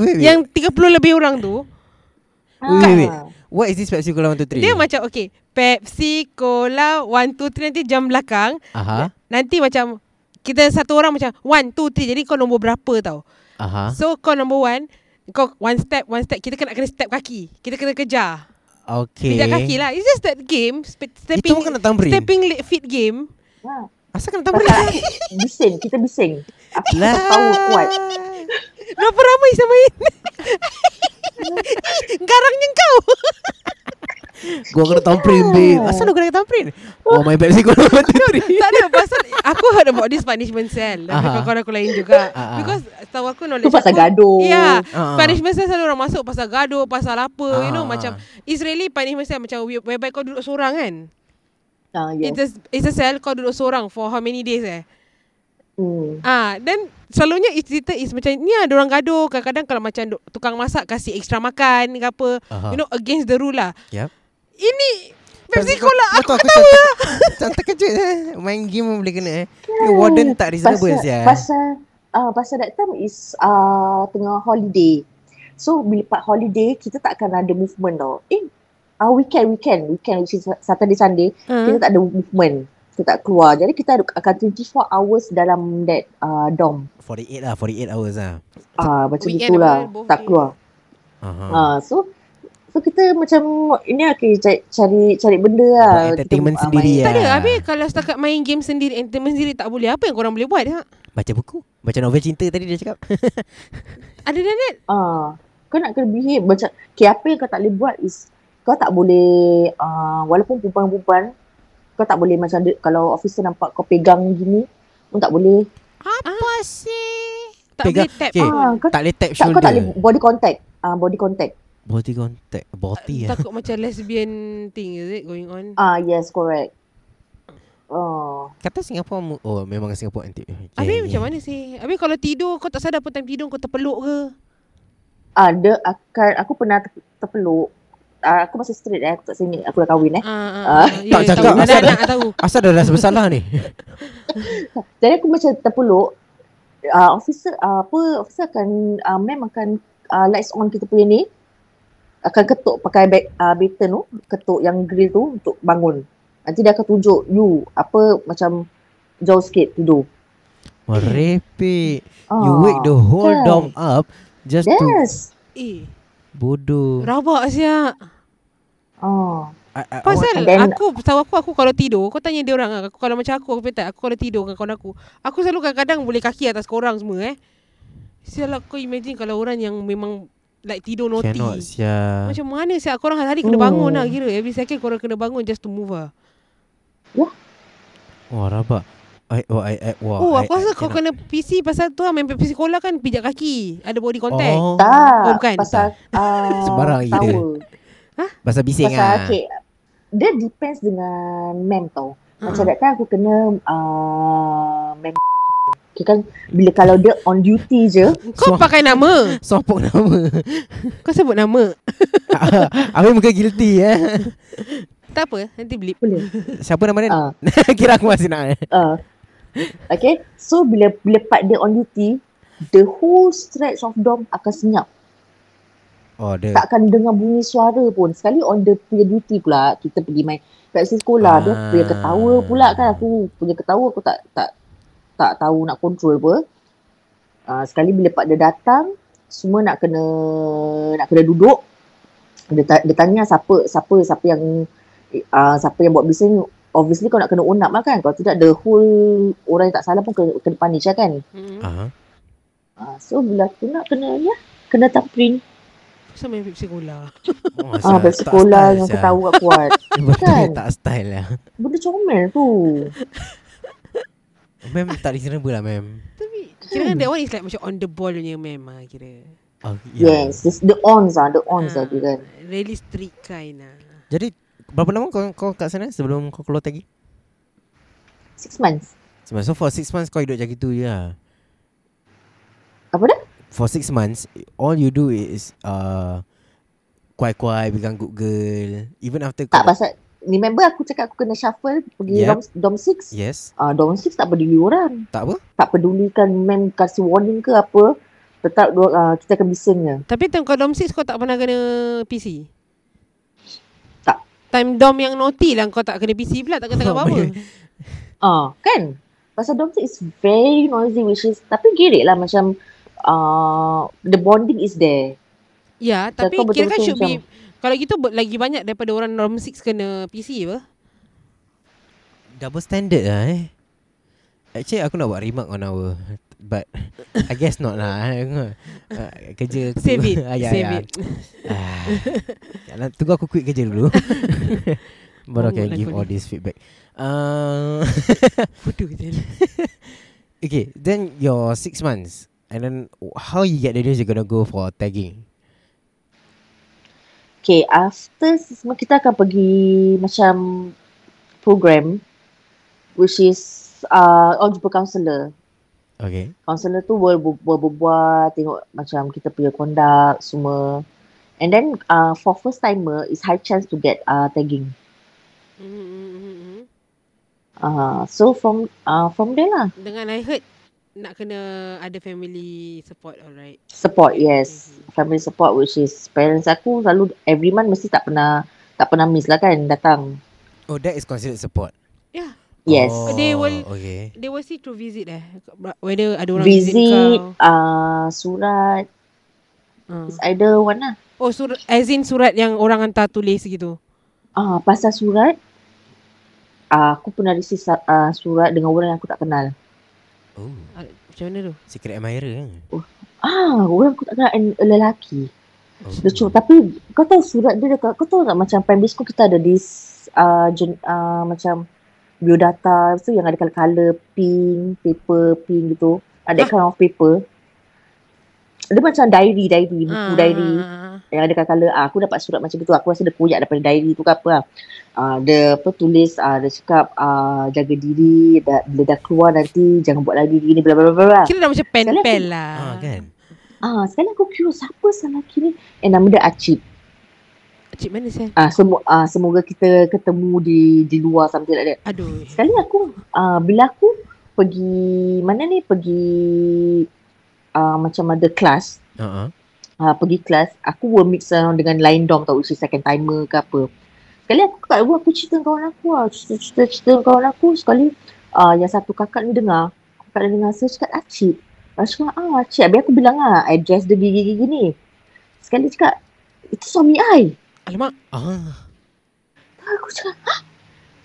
Speaker 4: Wait, wait.
Speaker 2: Yang 30 lebih orang tu
Speaker 4: Wait, wait, wait.
Speaker 5: Ah.
Speaker 4: What is this Pepsi Cola 123?
Speaker 2: Dia macam okay Pepsi, Cola, one, two, three Nanti jam belakang
Speaker 4: Aha.
Speaker 2: Nanti macam Kita satu orang macam One, two, three Jadi kau nombor berapa tau
Speaker 4: Aha.
Speaker 2: So kau number one Kau one step One step Kita kena kena step kaki Kita kena kejar
Speaker 4: Okay.
Speaker 2: Pijak kaki lah It's just that game spe- Stepping
Speaker 4: Eh. Itu bukan nak tampering.
Speaker 2: Stepping late feet game
Speaker 5: Ha.
Speaker 4: Asal kena tampering?
Speaker 5: Pasal bising, kita bising. Aku
Speaker 4: Lah.
Speaker 5: kita power kuat.
Speaker 2: Berapa ramai saya main Ih, Garangnya kau
Speaker 4: Gua kena tampering babe. Asal aku kena tampering? Oh my Pepsi Cola 123.
Speaker 2: Tak ada pasal Aku heard about this punishment cell Dari
Speaker 4: Aha.
Speaker 2: kawan-kawan aku lain juga
Speaker 4: Ah, ah.
Speaker 2: Because tahu aku knowledge
Speaker 5: Tu pasal
Speaker 2: aku-
Speaker 5: gaduh.
Speaker 2: Ya
Speaker 4: Ah, ah.
Speaker 2: Punishment cell selalu orang masuk Pasal gaduh Pasal apa You know
Speaker 4: Ah, ah,
Speaker 2: macam
Speaker 4: ah.
Speaker 2: Israeli punishment cell Macam whereby kau duduk seorang kan
Speaker 5: Ah,
Speaker 2: It's
Speaker 5: yes.
Speaker 2: a, it's a cell Kau duduk seorang For how many days eh
Speaker 5: Hmm.
Speaker 2: Ah, then selalunya is cerita is macam ni lah orang gaduh. Kadang-kadang kalau macam duk- tukang masak kasih extra makan ke apa.
Speaker 4: Aha.
Speaker 2: You know against the rule lah.
Speaker 4: Yep.
Speaker 2: Ini Pepsi Cola aku tahu
Speaker 4: Betul, cantik-
Speaker 2: lah.
Speaker 4: Cantik kecil eh. Main game pun boleh kena eh. Ni warden tak reasonable
Speaker 5: pasal,
Speaker 4: sial.
Speaker 5: Pasal, ah, pasal that time is ah, tengah holiday. So, bila part holiday, kita tak akan ada movement tau. Eh, ah, weekend, weekend, weekend, which is Saturday, Sunday,
Speaker 4: Hmm.
Speaker 5: kita tak ada movement. Kita tak keluar. Jadi, kita ada- akan 24 hours dalam that ah, dorm.
Speaker 4: 48 lah, 48 hours lah.
Speaker 5: Ah, macam
Speaker 2: Weekend
Speaker 5: itulah.
Speaker 2: apa, both
Speaker 5: Tak
Speaker 2: days.
Speaker 5: keluar.
Speaker 4: Aha.
Speaker 5: Ha, so so kita macam ini lah okay, cari, cari cari benda lah.
Speaker 4: Buat entertainment
Speaker 5: Kita, ah,
Speaker 4: sendiri
Speaker 5: main-
Speaker 4: lah.
Speaker 2: Tak ada. Habis kalau setakat main game sendiri, entertainment sendiri tak boleh. Apa yang korang boleh buat? Ha?
Speaker 4: Baca buku. Baca novel cinta tadi dia cakap.
Speaker 2: Ada dan net?
Speaker 5: Ah, kau nak kena behave macam okay, apa yang kau tak boleh buat is kau tak boleh uh, walaupun perempuan-perempuan kau tak boleh macam dia, kalau officer nampak kau pegang gini pun tak boleh.
Speaker 2: Apa sih? Tak
Speaker 4: Pegang-
Speaker 2: boleh tap.
Speaker 4: Okay.
Speaker 2: Okay.
Speaker 5: Ah, kau
Speaker 4: Eh,
Speaker 5: tak,
Speaker 4: tak boleh tap
Speaker 5: kau tak boleh
Speaker 4: shoulder.
Speaker 5: body contact. Ah, body contact.
Speaker 4: Body contact. Body ya.
Speaker 2: Takut macam lesbian thing is it going on?
Speaker 5: Ah, yes, correct. Oh,
Speaker 4: Kata Singapura mu- Oh memang Singapura antik okay.
Speaker 2: Habis macam mana sih? Habis kalau tidur kau tak sadar pun time tidur kau terpeluk ke?
Speaker 5: ada akan Ah, aku pernah ter, terpeluk. Ah, aku masih straight eh, aku tak sini. Aku dah kahwin eh.
Speaker 2: Ah, ah,
Speaker 5: Ah.
Speaker 2: ah. Ya,
Speaker 4: Tak
Speaker 2: ya,
Speaker 4: cakap.
Speaker 2: tahu.
Speaker 4: Asal
Speaker 2: Anak-anak tahu.
Speaker 4: Asal dah rasa bersalah ni
Speaker 5: Jadi aku macam terpeluk. Uh, officer uh, apa officer akan uh, mem akan uh, lights on kita punya ni akan ketuk pakai bat, uh, baton tu ketuk yang grill tu untuk bangun nanti dia akan tunjuk you apa macam jauh sikit tidur
Speaker 4: Merepek
Speaker 5: Ah,
Speaker 4: You wake the whole
Speaker 5: kan?
Speaker 4: dorm up Just to
Speaker 5: yes
Speaker 2: Eh,
Speaker 4: Bodoh
Speaker 2: rabak siap.
Speaker 4: Oh,
Speaker 5: ah
Speaker 4: I- I-
Speaker 2: Pasal
Speaker 5: And then-
Speaker 2: aku tahu aku aku kalau tidur kau tanya dia orang ah, aku kalau macam aku aku tak aku kalau tidur dengan kawan aku aku selalu kadang-kadang boleh kaki atas korang semua eh. Sial aku imagine kalau orang yang memang like tidur
Speaker 4: awak
Speaker 2: naughty.
Speaker 4: Cannot sia
Speaker 2: Macam mana siap korang hari-hari kena
Speaker 4: Oh.
Speaker 5: Hmm.
Speaker 2: bangun lah kira every second korang kena bangun just to move lah.
Speaker 4: Wah rabak I, oh, I, I, wah,
Speaker 2: Oh,
Speaker 4: I,
Speaker 2: aku rasa
Speaker 4: I
Speaker 2: kau
Speaker 4: cannot.
Speaker 2: kena PC pasal tu lah main PC cola kan pijak kaki ada body contact.
Speaker 4: Oh
Speaker 5: tak
Speaker 2: Oh, bukan.
Speaker 5: pasal uh,
Speaker 4: Sembarang lagi dia.
Speaker 5: tower.
Speaker 4: Pasal bising
Speaker 5: pasal ah.
Speaker 4: lah
Speaker 5: okay dia depends dengan mem tau Macam
Speaker 2: Ah.
Speaker 5: that time aku kena uh, mem okay, kan bila kalau dia on duty je
Speaker 2: Kau
Speaker 4: Suam-
Speaker 2: pakai nama.
Speaker 4: Sopok nama
Speaker 2: Kau sebut nama.
Speaker 4: Habis muka guilty eh
Speaker 2: Tak apa, nanti blip.
Speaker 5: boleh
Speaker 4: Siapa nama dia
Speaker 5: Ah.
Speaker 4: Kira aku masih nak eh.
Speaker 5: uh, okay so bila bila part dia on duty the whole stretch of dorm akan senyap
Speaker 4: Oh dia
Speaker 5: tak akan dengar bunyi suara pun sekali on the punya duty pula kita pergi main Pepsi sekolah dia
Speaker 4: Ah.
Speaker 5: punya ketawa pula kan aku punya ketawa aku tak tak tak tahu nak control apa uh, sekali bila pak dia datang semua nak kena nak kena duduk dia, ta- dia tanya siapa siapa siapa yang uh, siapa yang buat bising obviously kau nak kena own up lah kan kalau tidak the whole orang yang tak salah pun kena, kena punish lah kan Ah,
Speaker 2: Hmm.
Speaker 4: Aha.
Speaker 5: uh, so bila aku nak lah, kena ya kena thumbprint
Speaker 2: Pasal main PC cola.
Speaker 4: Oh,
Speaker 5: Ah,
Speaker 4: sial,
Speaker 5: balik
Speaker 4: tak
Speaker 5: sekolah
Speaker 4: style,
Speaker 5: yang aku
Speaker 4: sial.
Speaker 5: tahu aku kuat.
Speaker 4: Betul
Speaker 5: kan?
Speaker 4: tak style lah
Speaker 5: Benda comel tu.
Speaker 4: Mem tak reasonable lah mem
Speaker 2: Kira kan
Speaker 5: Hmm.
Speaker 2: that one is like macam on the ball punya mem ah kira.
Speaker 4: oh, yeah.
Speaker 5: Yes, this, the ons ah, the ons
Speaker 2: Hmm.
Speaker 5: ah dia kan.
Speaker 2: Really strict kind ah.
Speaker 4: Jadi Berapa lama kau, kau kat sana Sebelum kau keluar tadi
Speaker 5: Six months.
Speaker 4: So for 6 months kau hidup macam gitu je lah
Speaker 5: Apa dah?
Speaker 4: for six months, all you do is uh, kuai-kuai pegang good girl. Even after
Speaker 5: Tak
Speaker 4: kau-
Speaker 5: pasal remember aku cakap aku kena shuffle pergi
Speaker 4: Yep. Ya.
Speaker 5: dom, dom 6.
Speaker 4: Yes,
Speaker 5: Ah, dom 6 tak peduli orang.
Speaker 4: tak apa?
Speaker 5: Tak pedulikan mem kasih warning ke apa. Tetap uh, kita akan bising je.
Speaker 2: Tapi time kau dom 6 kau tak pernah kena PC?
Speaker 5: Tak.
Speaker 2: Time dom yang naughty lah kau tak kena PC pula tak kata
Speaker 4: Oh,
Speaker 2: apa-apa.
Speaker 5: Ah, kan? Pasal dorm tu is very noisy which is tapi gerik lah macam uh, the bonding is there.
Speaker 2: Ya,
Speaker 5: Macam
Speaker 2: tapi
Speaker 5: kau
Speaker 2: kira kan
Speaker 5: betul-betul
Speaker 2: should be kalau gitu ber- lagi banyak daripada orang norm 6 kena PC apa?
Speaker 4: Double standard lah eh. Actually aku nak buat remark on our But I guess not lah uh, Kerja aku-
Speaker 2: Save it.
Speaker 4: Ah, ya,
Speaker 2: Save
Speaker 4: ya.
Speaker 2: it.
Speaker 4: Ah, Yalah, Tunggu aku quit kerja dulu Baru
Speaker 2: Mabuk
Speaker 4: I can
Speaker 2: lah
Speaker 4: give
Speaker 2: kau
Speaker 4: all
Speaker 2: ni.
Speaker 4: this feedback uh,
Speaker 2: Bodoh je.
Speaker 4: Okay, then your six months, and then how you get the news you're gonna go for tagging?
Speaker 5: Okay, after six months, kita akan pergi macam program which is uh, all jumpa kaunselor.
Speaker 4: Okay.
Speaker 5: Kaunselor tu ber- ber- berbual-bual, tengok macam kita punya conduct semua. And then uh, for first timer is high chance to get uh, tagging.
Speaker 2: Mm, mm, mm, mm.
Speaker 5: Uh, so from uh, from there lah
Speaker 2: Dengan I heard nak kena ada family support alright.
Speaker 5: Support, yes.
Speaker 2: Mm-hmm.
Speaker 5: Family support which is parents aku selalu every month mesti tak pernah tak pernah miss lah kan datang.
Speaker 4: Oh, that is considered support.
Speaker 2: Yeah.
Speaker 5: Yes.
Speaker 4: Oh,
Speaker 2: They will-
Speaker 4: Okay.
Speaker 2: They will see through visit eh. Whether ada orang visit,
Speaker 5: Visit,
Speaker 2: kau. Hmm.
Speaker 5: uh, surat,
Speaker 2: Uh.
Speaker 5: it's either one lah.
Speaker 2: Oh surat as in surat yang orang hantar tulis gitu.
Speaker 5: Ah, pasal surat, ah, aku pernah receive sa- ah, surat dengan orang yang aku tak kenal.
Speaker 4: Oh,
Speaker 2: Ah, Macam mana tu?
Speaker 4: secret admirer. eh?
Speaker 5: Ah, orang aku tak kenal and lelaki.
Speaker 4: Oh.
Speaker 5: Lucu. Tapi kau tahu surat dia dekat, kau tahu tak macam primary school kita ada this ah, jen, ah, macam biodata tu yang ada color-color pink, paper pink gitu.
Speaker 2: Ah.
Speaker 5: Ada that kind of paper. Dia macam diary, diary, buku
Speaker 2: Ah,
Speaker 5: diary.
Speaker 2: ah, ah, ah.
Speaker 5: yang ada kala-kala ah, aku dapat surat macam tu aku rasa dia koyak daripada diary tu ke apa lah. ah, dia apa tulis ah, dia cakap ah, jaga diri dah, bila dah keluar nanti jangan buat lagi gini bla bla bla bla
Speaker 2: Kira dah macam pen
Speaker 5: Sekali aku-
Speaker 2: pen lah.
Speaker 4: Ah, kan?
Speaker 5: ah, sekali aku curious siapa salah kini eh nama dia Acip
Speaker 2: kan. Cik mana saya?
Speaker 5: ah, semu- ah, semoga kita ketemu di di luar something like that
Speaker 2: Aduh.
Speaker 5: sekali aku ah, bila aku pergi mana ni pergi ah, macam ada kelas
Speaker 4: Uh-huh.
Speaker 5: uh, pergi kelas, aku will mix around dengan lain dom tau, which is second timer ke apa. Sekali aku kat rumah, aku cerita dengan kawan aku lah. Cerita-cerita cerita dengan kawan aku. Sekali uh, yang satu kakak ni dengar. Kakak ni dengar, saya cakap Acik. Lepas tu cakap, ah Acik. Habis aku bilang lah, address dia gigi-gigi ni. Sekali cakap, itu suami I.
Speaker 2: Alamak.
Speaker 4: Ah.
Speaker 5: Aku cakap, ha?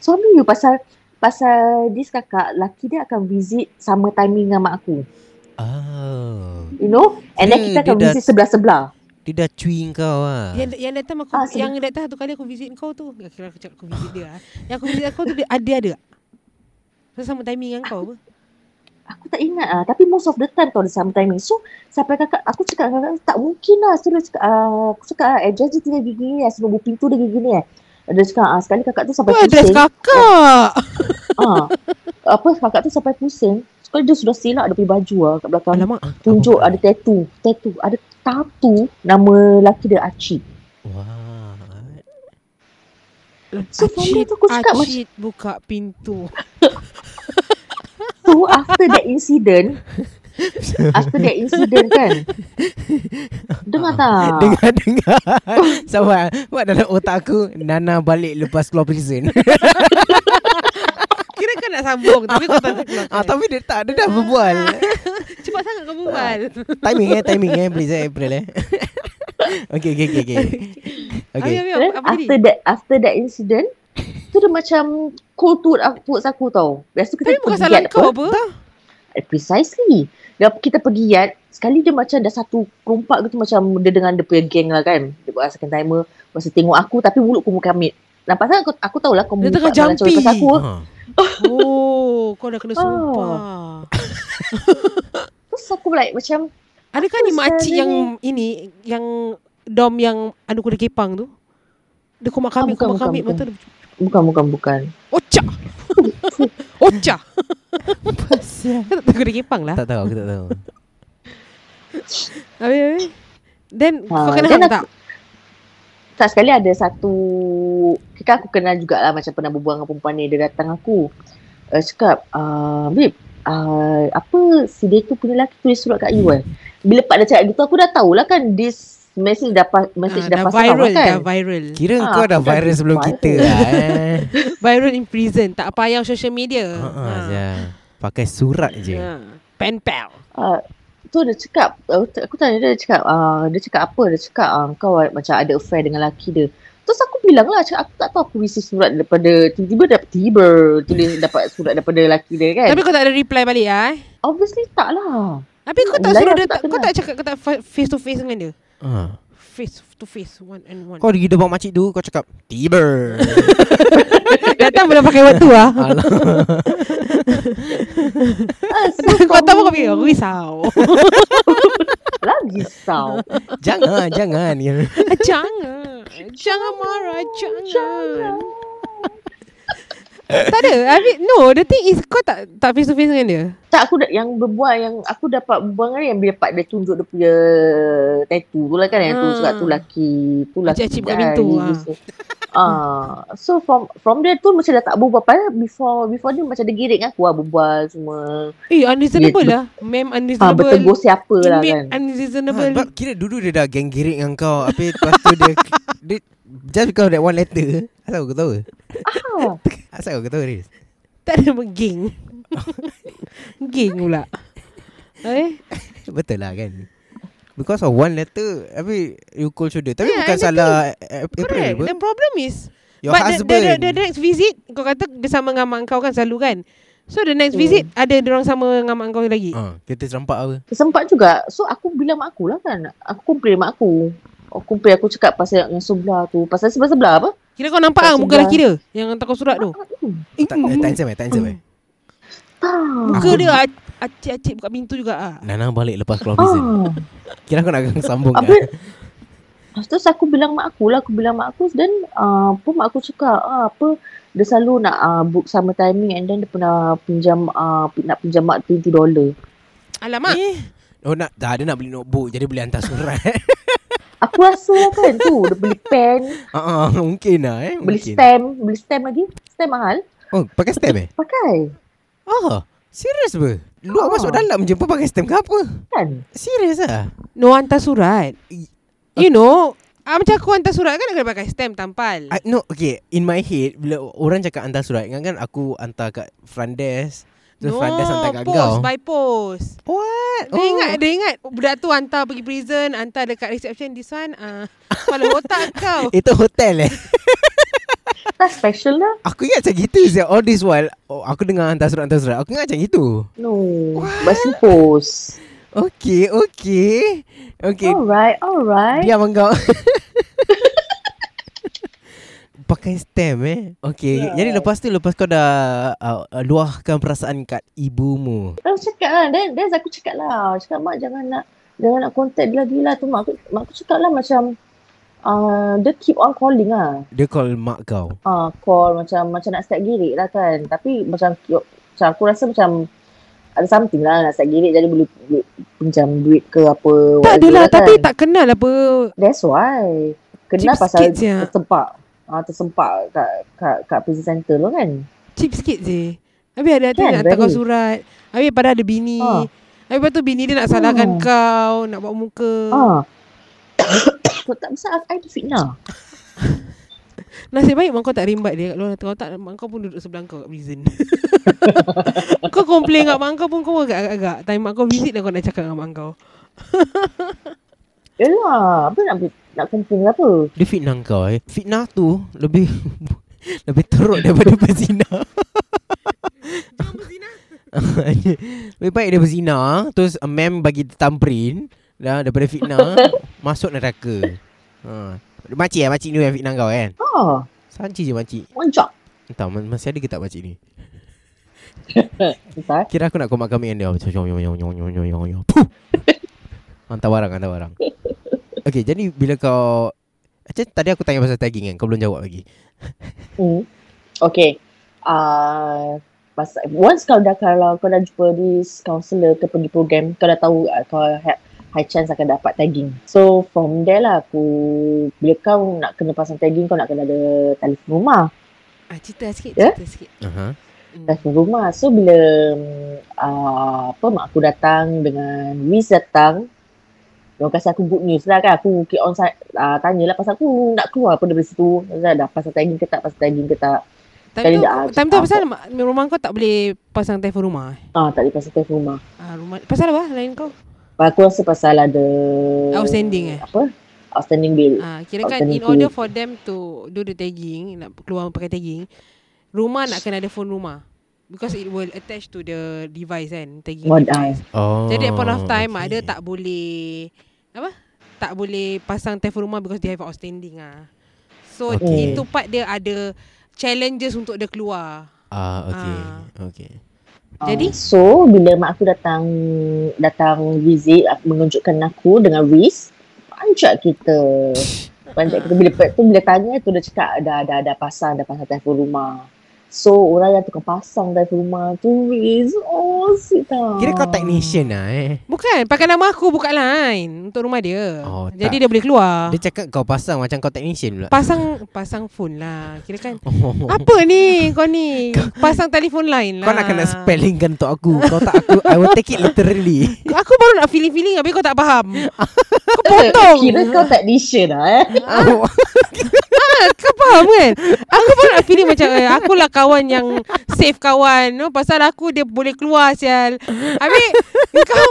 Speaker 5: Suami you pasal Pasal this kakak, laki dia akan visit sama timing dengan mak aku.
Speaker 4: Ah, Oh.
Speaker 5: You know? And then
Speaker 4: Dia-
Speaker 5: kita akan
Speaker 4: dia dah-
Speaker 5: visit sebelah-sebelah.
Speaker 4: Dia dah cuing kau ah.
Speaker 2: Yang yang datang aku
Speaker 5: Ah,
Speaker 2: yang datang satu kali aku visit kau tu. Ya, Kira aku cakap aku visit dia. ah. Yang aku visit kau tu dia ada ada. Pasal sama timing dengan kau apa?
Speaker 5: Aku tak ingat ah tapi most of the time tau dia sama timing. So sampai kakak aku cakap dengan kakak tak mungkin lah. So dia cakap ah, aku cakap ah, address dia tinggal gigi ni lah. Sebelum pintu dia gigi ni eh. Dia cakap ah, sekali kakak tu sampai
Speaker 2: Tu address
Speaker 5: pusing.
Speaker 2: kakak.
Speaker 5: Ah, apa kakak tu sampai pusing. Sekali dia sudah silap dia punya baju lah kat belakang.
Speaker 2: Alamak.
Speaker 4: Ah,
Speaker 5: Tunjuk ada tattoo. Tattoo. Ada tattoo nama lelaki dia Acik.
Speaker 4: Wah.
Speaker 5: So from there tu aku cakap macam
Speaker 2: Acik buka pintu.
Speaker 5: tu after that incident. after that incident kan. Dengar tak?
Speaker 4: Dengar dengar. Sama buat dalam otak aku Nana balik lepas keluar prison.
Speaker 2: Kira kan nak sambung tapi kau tak nak keluarkan.
Speaker 4: ah, tapi dia tak Ah, dia dah berbual.
Speaker 2: Cepat sangat kau berbual.
Speaker 4: timing eh, timing eh, please eh, April eh. okay, okay, okay, okay. Okay.
Speaker 2: Abi, abi,
Speaker 5: Then
Speaker 2: apa
Speaker 5: after
Speaker 2: tadi?
Speaker 5: that after that incident tu dia macam cold tu towards aku tau. Lepas tu kita
Speaker 2: Tapi bukan
Speaker 5: pergi
Speaker 2: salah
Speaker 5: yat
Speaker 2: kau apa?
Speaker 5: Eh, Precisely. Dia, kita pergi yat, sekali dia macam dah satu perompak gitu macam dia dengan dia punya geng lah kan. Dia dia buat second timer masa tengok aku tapi mulut kau bukan mid nampak sangat aku, aku tahulah kau
Speaker 2: Dia tengah
Speaker 5: melipat barang
Speaker 2: jumpy.
Speaker 5: colokan aku
Speaker 4: Ha.
Speaker 2: Oh, kau dah kena
Speaker 5: Oh.
Speaker 2: sumpah.
Speaker 5: terus aku like macam
Speaker 2: Adakah
Speaker 5: Apa
Speaker 2: ni makcik
Speaker 5: sebenarnya?
Speaker 2: yang ini yang dom yang anu kuda kepang tu? Dia kumak kami,
Speaker 5: Ah, bukan,
Speaker 2: kumak
Speaker 5: bukan,
Speaker 2: kami
Speaker 5: bukan.
Speaker 2: mata dia.
Speaker 5: bukan bukan bukan
Speaker 2: Ocak. Ocak. Kau tak tahu kuda kepang lah.
Speaker 4: Tak tahu aku tak tahu.
Speaker 2: Habis habis. Then kau
Speaker 5: Ah,
Speaker 2: kena
Speaker 5: then
Speaker 2: hang
Speaker 5: aku-
Speaker 2: tak?
Speaker 5: Tak sekali ada satu Kira aku kenal jugalah Macam pernah berbual dengan perempuan ni Dia datang aku uh, Cakap uh, Babe uh, Apa si dia tu punya lelaki Tulis surat kat you eh Bila Pak dah cakap gitu Aku dah tahulah kan This message dah, pa- message
Speaker 2: Ah,
Speaker 5: dah,
Speaker 2: dah
Speaker 5: pasang
Speaker 2: viral,
Speaker 5: lah kan
Speaker 2: dah viral.
Speaker 4: Kira
Speaker 5: Ah,
Speaker 4: kau dah
Speaker 5: aku dah
Speaker 4: viral sebelum
Speaker 5: viral.
Speaker 4: kita lah eh.
Speaker 2: Viral in prison. Tak payah social media.
Speaker 4: Ha ah,
Speaker 2: Ah.
Speaker 4: ya. Pakai surat je.
Speaker 2: Ha. Pen pal.
Speaker 5: uh, Tu dia cakap uh, Aku tanya dia dia cakap uh, Dia cakap apa Dia cakap uh, Kau uh, macam ada affair dengan lelaki dia Terus aku bilang lah cakap, Aku tak tahu aku receive surat daripada Tiba-tiba dapat tiba Tulis dapat surat daripada lelaki dia kan
Speaker 2: Tapi kau tak ada reply balik ah. Eh?
Speaker 5: Obviously tak lah
Speaker 2: Tapi kau tak
Speaker 5: Lain
Speaker 2: suruh
Speaker 5: aku
Speaker 2: dia
Speaker 5: tak
Speaker 2: tak, kau
Speaker 5: kenal.
Speaker 2: tak cakap kau tak fa- face to face dengan dia.
Speaker 4: Ha.
Speaker 2: Face to face one and one.
Speaker 4: Kau pergi depan makcik tu kau cakap tiber.
Speaker 2: datang belum pakai waktu ah.
Speaker 5: Ah,
Speaker 2: kau tahu kau fikir aku risau.
Speaker 5: Lagi Lah, risau.
Speaker 4: jangan, jangan.
Speaker 2: jangan. Jangan marah, jangan. tak ada. I mean, no, the thing is kau tak tak face to face dengan dia.
Speaker 5: tak aku da- yang berbual yang aku dapat berbual dengan dia, yang bila pak dia tunjuk dia punya tattoo tu lah kan yang tu
Speaker 2: Ah.
Speaker 5: surat tu laki tu laki
Speaker 2: Acik-acik buka
Speaker 5: kan,
Speaker 2: pintu,
Speaker 5: ni,
Speaker 2: ah.
Speaker 5: so. Ah, so from from there tu macam dah tak berbual pasal before before ni macam dia girik dengan aku lah berbual semua.
Speaker 2: Eh, unreasonable
Speaker 5: Dia-
Speaker 2: lah. Mem
Speaker 5: Ha,
Speaker 2: unreasonable.
Speaker 5: bertegur siapa lah
Speaker 2: Inmate
Speaker 5: kan.
Speaker 2: unreasonable.
Speaker 4: Ha, sebab kira dulu dia dah genggirik dengan kau Habis lepas tu dia, dia Just because of that one letter Asal kau tahu?
Speaker 5: Ah,
Speaker 4: Asal kau tahu Riz?
Speaker 2: Tak ada mengging. Geng pula. Eh?
Speaker 4: Betul lah kan Because of one letter Habis you cold shoulder Tapi
Speaker 2: Yeah,
Speaker 4: bukan
Speaker 2: exactly.
Speaker 4: salah eh, April
Speaker 2: Correct.
Speaker 4: pun
Speaker 2: The problem is
Speaker 4: Your
Speaker 2: but
Speaker 4: husband
Speaker 2: The, the, the, the next visit kau kata dia sama dengan mak kau kan selalu kan. So the
Speaker 5: Hmm.
Speaker 2: next visit ada dia orang sama dengan mak kau lagi.
Speaker 4: ha, Kita serampak apa
Speaker 5: sempat juga. So aku bilang mak aku lah kan. Aku komplain mak aku. Aku komplain aku cakap pasal yang sebelah tu. Pasal sebelah-sebelah apa?
Speaker 2: Kira kau nampak ah
Speaker 5: Tak
Speaker 2: muka
Speaker 5: sedar.
Speaker 2: lelaki dia yang hantar kau surat
Speaker 4: Ah.
Speaker 2: tu.
Speaker 5: Hmm,
Speaker 2: Eh,
Speaker 4: Tak eh, tak handsome eh Tak handsome eh
Speaker 5: tak.
Speaker 2: Muka dia ac- acik-acik buka pintu juga ah.
Speaker 4: Nana balik lepas keluar prison
Speaker 5: Ah.
Speaker 4: Kira kau nak sambung
Speaker 5: Apa?
Speaker 4: kan
Speaker 5: Lepas tu aku bilang mak aku lah, aku bilang mak aku dan uh, pun mak aku cakap ah, apa dia selalu nak uh, book sama timing and then dia pernah pinjam uh, nak pinjam mak 20 dolar.
Speaker 2: Alamak.
Speaker 4: Eh Oh nak dah dia nak beli notebook jadi boleh hantar surat.
Speaker 5: Aku rasa lah kan tu dia beli pen,
Speaker 4: Ah uh, mungkin lah eh.
Speaker 5: beli
Speaker 4: Mungkin.
Speaker 5: stamp, beli stamp lagi. Stamp mahal.
Speaker 4: Oh pakai stamp eh?
Speaker 5: Pakai
Speaker 4: Oh serius ber? Luar
Speaker 5: Ah.
Speaker 4: masuk dalam je pun pakai stamp ke apa?
Speaker 5: kan?
Speaker 4: Serius ah?
Speaker 2: No hantar surat.
Speaker 4: I-
Speaker 2: You know, ah, macam aku hantar surat kan aku kena pakai stamp tampal.
Speaker 4: I,
Speaker 5: Ah,
Speaker 4: no, okay. In my head, bila orang cakap hantar surat, ingat kan aku hantar kat front desk. Terus front desk hantar kat
Speaker 2: post
Speaker 4: kau. Oh,
Speaker 2: by post. Oh.
Speaker 4: What?
Speaker 2: Dia ingat, dia ingat budak tu hantar pergi prison, hantar dekat reception this one. Ah, kepala otak kau.
Speaker 4: Itu hotel eh.
Speaker 5: Tak special lah.
Speaker 4: Aku ingat macam gitu je. All this while, oh, aku dengar hantar surat-hantar surat. Aku ingat macam itu.
Speaker 5: No. Basi post.
Speaker 4: Okay, okay. Okay,
Speaker 5: Alright, alright.
Speaker 4: Diam engkau Pakai stem eh Okay yeah. Jadi lepas tu Lepas kau dah uh, uh, Luahkan perasaan kat ibumu
Speaker 5: Aku cakap lah. Then, then aku cakap lah. Cakap mak jangan nak jangan nak contact dia lagi lah. Tu mak aku, mak aku cakap lah macam uh, dia keep on calling lah.
Speaker 4: Dia call mak kau
Speaker 5: ah call macam macam nak start girik lah kan tapi macam macam aku rasa macam ada something lah nak start girik jadi boleh, boleh pinjam duit ke apa
Speaker 2: Tak
Speaker 5: whatever
Speaker 2: adalah, tapi
Speaker 5: kan.
Speaker 2: tak kenal apa.
Speaker 5: that's why kenal
Speaker 2: Cheap
Speaker 5: pasal
Speaker 2: sikit je.
Speaker 5: tersempak ah tersempak kat kat kat prison center lo kan
Speaker 2: Cheap sikit je. Habis ada hati
Speaker 5: Kan,
Speaker 2: nak hantar kau
Speaker 5: very.
Speaker 2: surat. Habis pada ada bini.
Speaker 5: Ah.
Speaker 2: Habis lepas tu bini dia nak salahkan
Speaker 5: Ah.
Speaker 2: kau, nak buat muka.
Speaker 5: ah kau tak besar I lah. tu fitnah
Speaker 2: Nasib baik mak kau tak rimbat dia kat luar Kalau tak mak kau pun duduk sebelah kau kat prison Kau komplain kat mak kau pun kau agak-agak Time mak kau visit dah kau nak cakap dengan mak kau
Speaker 5: Yalah, apa nak nak komplain ke apa?
Speaker 4: Dia fitnah kau eh Fitnah tu Lebih Lebih teruk daripada berzina Lebih baik dia berzina Terus a mem bagi tamprin dah, Daripada fitnah Masuk neraka Ha. Makcik eh, makcik ni yang fitnah kau kan?
Speaker 5: Ah,
Speaker 4: Sanci je makcik.
Speaker 5: one job.
Speaker 4: Entah, ma- masih ada ke tak makcik ni?
Speaker 5: Entah.
Speaker 4: Kira aku nak komak kami dengan dia. Macam yong yong yong yong yong yong yong yong. Puh! Hantar barang, hantar barang. Okay, jadi bila kau... Macam tadi aku tanya pasal tagging kan? Kau belum jawab lagi.
Speaker 5: Hmm. Okay. Uh, masa, once kau dah kalau kau dah jumpa this counselor ke pergi program, kau dah tahu uh, kau ha, high chance akan dapat tagging. So from there lah aku bila kau nak kena pasang tagging kau nak kena ada telefon rumah.
Speaker 2: Ah, cerita sikit,
Speaker 5: Ya?
Speaker 2: cerita sikit.
Speaker 4: Uh-huh.
Speaker 5: Telefon rumah. So bila mm, uh, apa mak aku datang dengan Wiz datang Diorang kasi aku good news lah kan. Aku keep on uh, tanya lah pasal aku nak keluar apa daripada situ. Dah, dah pasal tagging ke tak, pasal tagging ke tak.
Speaker 2: Time
Speaker 5: Sekali
Speaker 2: tu,
Speaker 5: dah-
Speaker 2: time tu
Speaker 5: ah,
Speaker 2: pasal mak- rumah kau tak boleh pasang telefon rumah. eh?
Speaker 5: Ah, tak boleh pasal telefon rumah.
Speaker 2: Ah, rumah pasal apa lain kau?
Speaker 5: Aku rasa pasal ada
Speaker 2: Outstanding eh?
Speaker 5: Apa? Outstanding bill
Speaker 2: Ah, kira kan in
Speaker 5: Alternative.
Speaker 2: order for them to do the tagging, nak keluar pakai tagging, rumah nak kena ada phone rumah. Because it will attach to the device kan, tagging
Speaker 5: What ah,
Speaker 2: device.
Speaker 4: Oh,
Speaker 2: Jadi at point of time, okay. ada
Speaker 4: okay.
Speaker 2: tak boleh, apa? Tak boleh pasang telefon rumah because they have outstanding ah. So, okay.
Speaker 4: Okay.
Speaker 2: itu part dia ada challenges untuk dia keluar.
Speaker 4: Ah, okay.
Speaker 2: Ah.
Speaker 4: Okay.
Speaker 2: Jadi?
Speaker 5: Ah, So bila mak aku datang Datang visit aku- Menunjukkan aku dengan Riz Pancak kita Pancak kita Bila tu bila tanya tu dia cakap Dah dah dah pasang Dah pasang telefon rumah So orang yang tukang pasang telefon rumah tu Riz Oh sit down
Speaker 4: Kira kau technician lah eh.
Speaker 2: Bukan, pakai nama aku buka line untuk rumah dia.
Speaker 4: Oh,
Speaker 2: Jadi
Speaker 4: tak.
Speaker 2: dia boleh keluar.
Speaker 4: Dia cakap kau pasang macam kau technician pula.
Speaker 2: Pasang pasang phone lah. Kira kan
Speaker 4: Oh.
Speaker 2: Apa ni kau ni? Pasang telefon lain lah.
Speaker 4: Kau nak kena spellingkan untuk aku. Kau tak aku I will take it literally.
Speaker 2: Aku baru nak feeling-feeling habis kau tak faham.
Speaker 5: Kau
Speaker 2: potong.
Speaker 5: Kira kau technician lah eh
Speaker 4: Oh.
Speaker 2: Ah, kau faham kan? Aku baru nak feeling macam eh, akulah kawan yang safe kawan. No? Pasal aku dia boleh keluar sial. Habis kau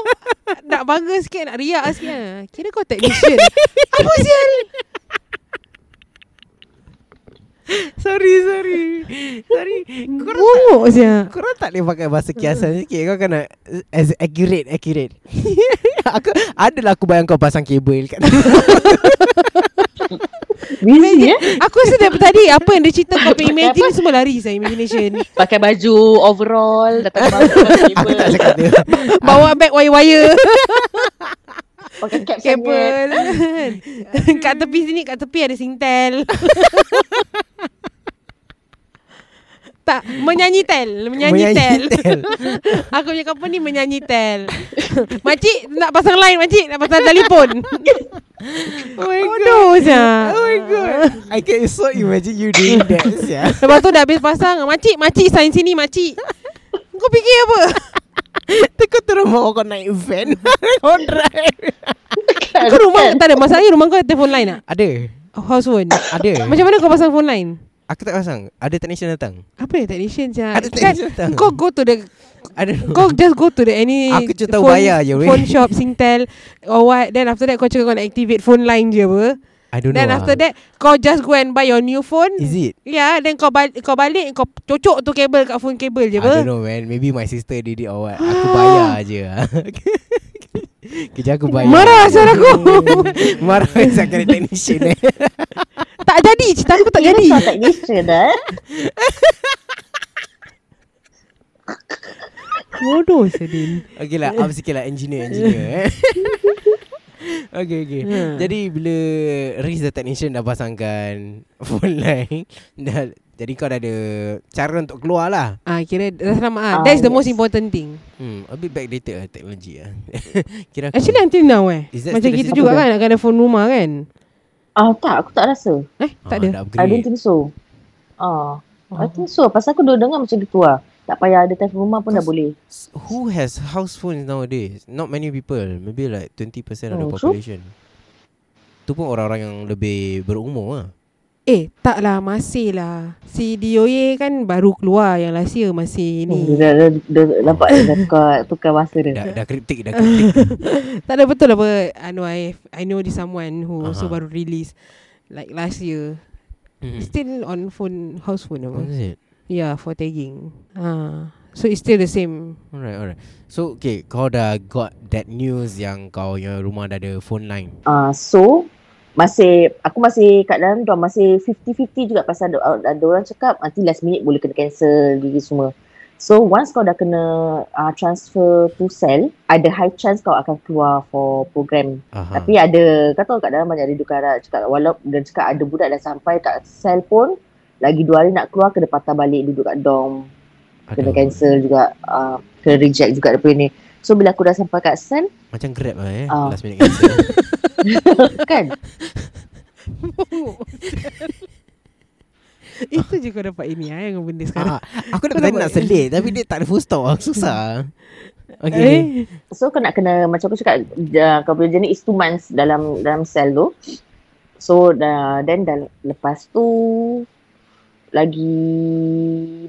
Speaker 2: nak bangga sikit, nak riak sikit. ah. Kira kau technician. Apa sial?
Speaker 4: sorry, sorry. Sorry. Korang,
Speaker 2: Bunguk sial.
Speaker 4: korang tak boleh pakai bahasa
Speaker 2: Hmm.
Speaker 4: kiasan sikit. Kau kena as accurate, accurate. aku adalah aku bayang kau pasang kabel kat
Speaker 5: Busy eh
Speaker 2: Aku rasa daripada tadi apa yang dia cerita kau punya imagine semua lari saya imagination.
Speaker 5: Pakai baju Overall Datang
Speaker 4: Aku tak
Speaker 5: baju
Speaker 4: cakap dia.
Speaker 2: Bawa beg wire-wire.
Speaker 5: Pakai cap sangat
Speaker 2: kabel kat tepi sini kat tepi ada singtel tak menyanyi tel menyanyi, tel.
Speaker 4: tel.
Speaker 2: aku punya company menyanyi tel makcik nak pasang line makcik nak pasang telefon
Speaker 4: Oh my god.
Speaker 2: bodoh je
Speaker 4: Oh my god. I can so imagine you doing that. sia.
Speaker 2: lepas tu dah habis pasang makcik makcik sign sini makcik kau fikir apa
Speaker 4: Kau terus bawa kau naik van. Kau drive.
Speaker 2: kau rumah tak ada masalahnya rumah kau ada telefon line tak
Speaker 4: Ada.
Speaker 2: oh, house phone
Speaker 4: Ada.
Speaker 2: macam mana kau pasang phone line
Speaker 4: Aku tak pasang. Ada technician datang.
Speaker 2: apa ya technician je
Speaker 4: Ada technician datang.
Speaker 2: kau go to the
Speaker 4: I don't know.
Speaker 2: Kau just go to the any
Speaker 4: Aku cuma tahu
Speaker 2: phone-
Speaker 4: bayar je, weh.
Speaker 2: Phone shop Singtel Or what Then after that Kau cakap kau nak activate phone line je apa
Speaker 4: I don't
Speaker 2: Then
Speaker 4: know. lah.
Speaker 2: after that Kau just go and buy your new phone
Speaker 4: Is it?
Speaker 2: Yeah Then kau balik Kau balik Kau cocok tu kabel Kat phone kabel je
Speaker 4: I
Speaker 2: apa
Speaker 4: don't know man. Maybe my sister did it or what. Aku bayar je. Kerja aku bayar.
Speaker 2: Marah asal aku
Speaker 4: Marah saya kena technician eh.
Speaker 2: Tak jadi Cerita aku Ya, tak jadi
Speaker 5: Kau technician eh
Speaker 2: Bodoh Sedin
Speaker 4: Okay lah, up sikit lah engineer engineer eh. okay okay.
Speaker 2: Hmm.
Speaker 5: Ha.
Speaker 4: Jadi bila Riz the technician dah pasangkan phone line dah jadi kau dah ada cara untuk keluar lah.
Speaker 2: Ah kira dah selamat ah.
Speaker 5: Ah,
Speaker 2: That's the
Speaker 5: yes.
Speaker 2: most important thing.
Speaker 4: Hmm, a bit backdated lah teknologi lah. Kira aku,
Speaker 2: Actually until now eh.
Speaker 4: Is that
Speaker 2: Macam
Speaker 4: still the
Speaker 2: gitu
Speaker 4: same?
Speaker 2: juga kan nak kena phone rumah kan.
Speaker 5: Ah tak aku tak rasa
Speaker 2: Eh
Speaker 4: ah,
Speaker 2: tak ada.
Speaker 4: dah
Speaker 5: I don't
Speaker 4: upgrade.
Speaker 5: think so. Ah, I think so. Pasal aku duduk dengar macam gitu lah. Tak payah ada telefon rumah pun dah boleh.
Speaker 4: Who has house phones nowadays? Not many people. Maybe like 20% of the
Speaker 5: Oh, true.
Speaker 4: population. Tu pun orang-orang yang lebih berumur lah.
Speaker 2: Eh tak lah masih lah. Si DOA kan baru keluar yang last year masih ni.
Speaker 5: Dia dah, dah, dah, nampak dia dah tukar, tukar bahasa dia.
Speaker 4: Dah, dah kriptik, dah kriptik.
Speaker 2: Tak ada betul apa Anu I I know this someone Who uh-huh. also
Speaker 4: Aha.
Speaker 2: baru release Like last year
Speaker 4: Hmm.
Speaker 2: Still on phone House phone apa
Speaker 4: What
Speaker 5: Hmm.
Speaker 4: is it?
Speaker 2: Yeah for tagging ha. So it's still the same
Speaker 4: Alright, alright. So, okay, kau dah got that news yang kau yang rumah dah ada phone line.
Speaker 5: Ah, so, masih aku masih kat dalam dorang masih 50-50 juga pasal ada, ada orang cakap nanti last minute boleh kena cancel gigi semua. So once kau dah kena uh, transfer to sell, ada high chance kau akan keluar for program.
Speaker 4: Aha.
Speaker 5: Tapi ada kau tahu kat dalam banyak ada dukara cakap walau dia cakap ada budak dah sampai kat sell pun lagi dua hari nak keluar kena patah balik duduk kat dorm kena
Speaker 4: Aduh.
Speaker 5: cancel juga uh, kena reject juga daripada ni so bila aku dah sampai kat sen
Speaker 4: Macam grab lah eh
Speaker 5: Ah.
Speaker 4: Last minute cancel
Speaker 5: kan
Speaker 2: Itu je kau dapat ini ah, Yang benda sekarang
Speaker 4: ah, Aku nak
Speaker 2: Kau
Speaker 4: bertanya
Speaker 2: dapat-
Speaker 4: nak selit Tapi dia tak ada full stop Aku susah Okay
Speaker 2: Eh
Speaker 5: so kau nak kena macam aku cakap uh, kau punya journey is two months dalam dalam sel tu so dah then dah lepas tu lagi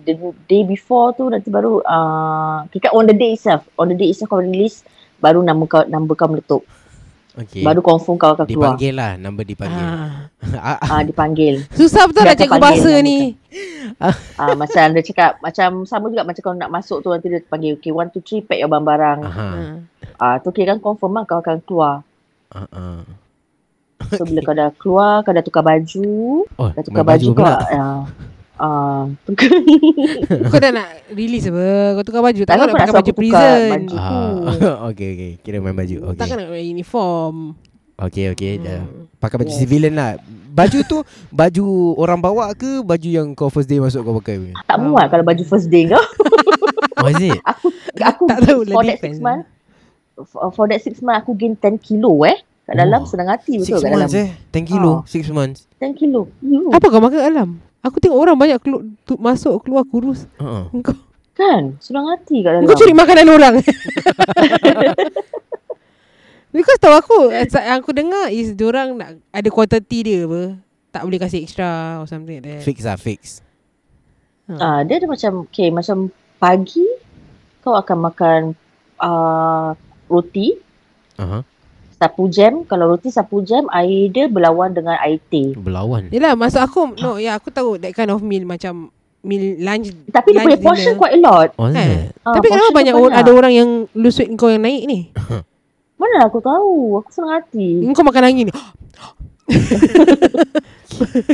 Speaker 5: the day before tu nanti baru uh, kira on the day itself on the day itself kau release baru nama kau number kau meletup
Speaker 4: Okay
Speaker 5: okay. baru confirm kau akan keluar
Speaker 4: Dipanggil lah Number dipanggil
Speaker 2: ah.
Speaker 4: ah.
Speaker 5: Ah, dipanggil.
Speaker 2: Susah betul nak
Speaker 5: Dia akan
Speaker 2: cikgu
Speaker 5: panggil
Speaker 2: bahasa
Speaker 5: yang
Speaker 2: ni
Speaker 5: Ah macam dia cakap macam sama juga macam kau nak masuk tu nanti dia panggil okay one two three pack your barang-barang.
Speaker 4: Aha.
Speaker 2: ah.
Speaker 5: Ah tu kira kan confirm lah kau akan keluar.
Speaker 4: Ah, ah.
Speaker 5: So bila kau dah keluar kau dah tukar baju,
Speaker 4: Oh,
Speaker 5: dah tukar
Speaker 4: main
Speaker 5: baju, kau ah ah tukar
Speaker 2: Kau dah nak release apa Kau tukar baju
Speaker 5: Tak
Speaker 2: Takkan
Speaker 5: apa,
Speaker 2: nak
Speaker 5: nak
Speaker 2: pakai baju
Speaker 5: suruh Ah.
Speaker 2: prison
Speaker 5: aku tukar baju.
Speaker 4: Ah, okay, okay. Kira main baju.
Speaker 2: Takkan
Speaker 4: Okay,
Speaker 2: nak pakai uniform
Speaker 4: okay, okay. Dah.
Speaker 2: Hmm.
Speaker 4: Pakai baju
Speaker 5: Yes.
Speaker 4: civilian lah. Baju tu baju orang bawa ke baju yang kau first day masuk kau pakai? punya?
Speaker 2: Ah.
Speaker 5: tak muat kalau baju first day kau.
Speaker 4: Oh, is it?
Speaker 5: Aku
Speaker 2: Tak tahu lah
Speaker 5: for that
Speaker 2: depends. lah.
Speaker 5: six month for, for that six month aku gain 10 kilo eh. Kat
Speaker 4: Wah.
Speaker 5: dalam senang hati
Speaker 4: Six
Speaker 5: betul kat dalam.
Speaker 4: months eh? 10 kilo.
Speaker 5: Ah.
Speaker 4: Six months.
Speaker 5: 10 kilo. You.
Speaker 2: Oh. Apa kau makan alam Aku tengok orang banyak kelu- tu, Masuk keluar kurus
Speaker 4: Uh-uh.
Speaker 2: Kau,
Speaker 5: Kan? Senang hati kat dalam.
Speaker 2: kau curi makanan orang Because tahu aku as- Yang aku dengar Is diorang nak Ada quantity dia apa Tak boleh kasih extra Or something like that
Speaker 4: Fix lah, fix.
Speaker 5: Ah, dia ada macam okay, macam pagi kau akan makan uh, roti
Speaker 4: Aha.
Speaker 5: sapu jam. Kalau roti sapu jam, air dia berlawan dengan air teh.
Speaker 4: Berlawan.
Speaker 2: Yelah maksud aku No ya aku tahu That kind of meal Macam Meal lunch
Speaker 5: Tapi dia
Speaker 2: lunch
Speaker 5: punya portion
Speaker 2: dinner.
Speaker 5: quite a lot.
Speaker 4: Oh, is
Speaker 2: Eh.
Speaker 4: it?
Speaker 5: Ah,
Speaker 2: Tapi kenapa
Speaker 5: portion dia
Speaker 2: banyak orang, ada orang yang Lose weight kau yang naik ni
Speaker 5: Mana aku tahu? Aku senang hati.
Speaker 2: Kau makan angin ni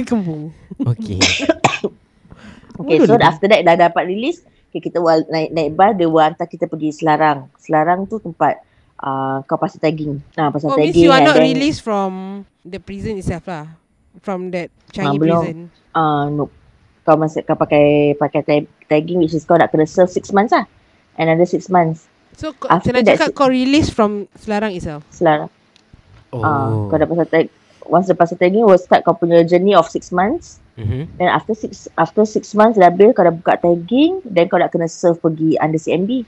Speaker 2: Kembung
Speaker 4: Okay.
Speaker 5: Okay, so after that dah dapat release, okay, kita wal- naik naik bas, dia will hantar kita pergi Selarang. Selarang tu tempat uh, kau pasal tagging. Nah, pasal
Speaker 2: Oh means you
Speaker 5: tagging.
Speaker 2: are
Speaker 5: and
Speaker 2: not
Speaker 5: then-
Speaker 2: released from The prison itself lah From that Changi
Speaker 5: Ah, belum.
Speaker 2: prison
Speaker 5: uh, no. kau masih kau pakai pakai tag- tagging which is kau nak kena serve 6 months lah. Another 6 months
Speaker 2: So kau-
Speaker 5: After
Speaker 2: senang
Speaker 5: that
Speaker 2: cakap
Speaker 5: si-
Speaker 2: Kau release from Selarang itself
Speaker 5: selarang.
Speaker 4: Oh.
Speaker 5: Oh. Uh, kau dah pasal tag once dah pasal tagging will start kau punya journey of 6 months.
Speaker 4: Mhm.
Speaker 5: Then after 6 after 6 months dah habis kau dah buka tagging then kau nak kena serve pergi under CMB.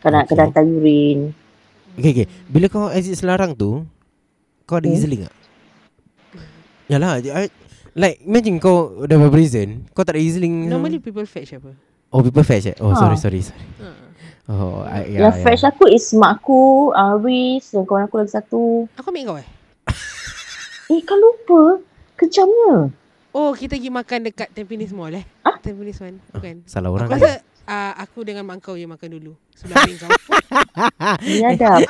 Speaker 5: Kau nak
Speaker 4: Okay.
Speaker 5: kena hantar urine.
Speaker 4: Okay, okay. Bila kau exit Selarang tu, kau ada
Speaker 5: Hmm.
Speaker 4: Rizzling tak? Yalah, I, like imagine kau dah prison, kau tak ada Rizzling.
Speaker 2: Normally people fetch apa
Speaker 4: Oh, people fetch eh? Oh,
Speaker 5: Ah.
Speaker 4: sorry, sorry, sorry. Oh, I, yeah,
Speaker 5: Yeah, yang lah. fresh aku is mak aku, uh, Riz dan kawan aku lagi satu.
Speaker 2: Aku ambil kau eh
Speaker 5: Eh kau lupa? Kejamnya.
Speaker 2: Oh kita pergi makan dekat Tampines Mall eh Tampines One Bukan
Speaker 4: Salah
Speaker 2: Aku
Speaker 4: orang.
Speaker 2: rasa uh, Aku dengan mak kau je makan dulu Sebelum ambil kau
Speaker 5: Biadab.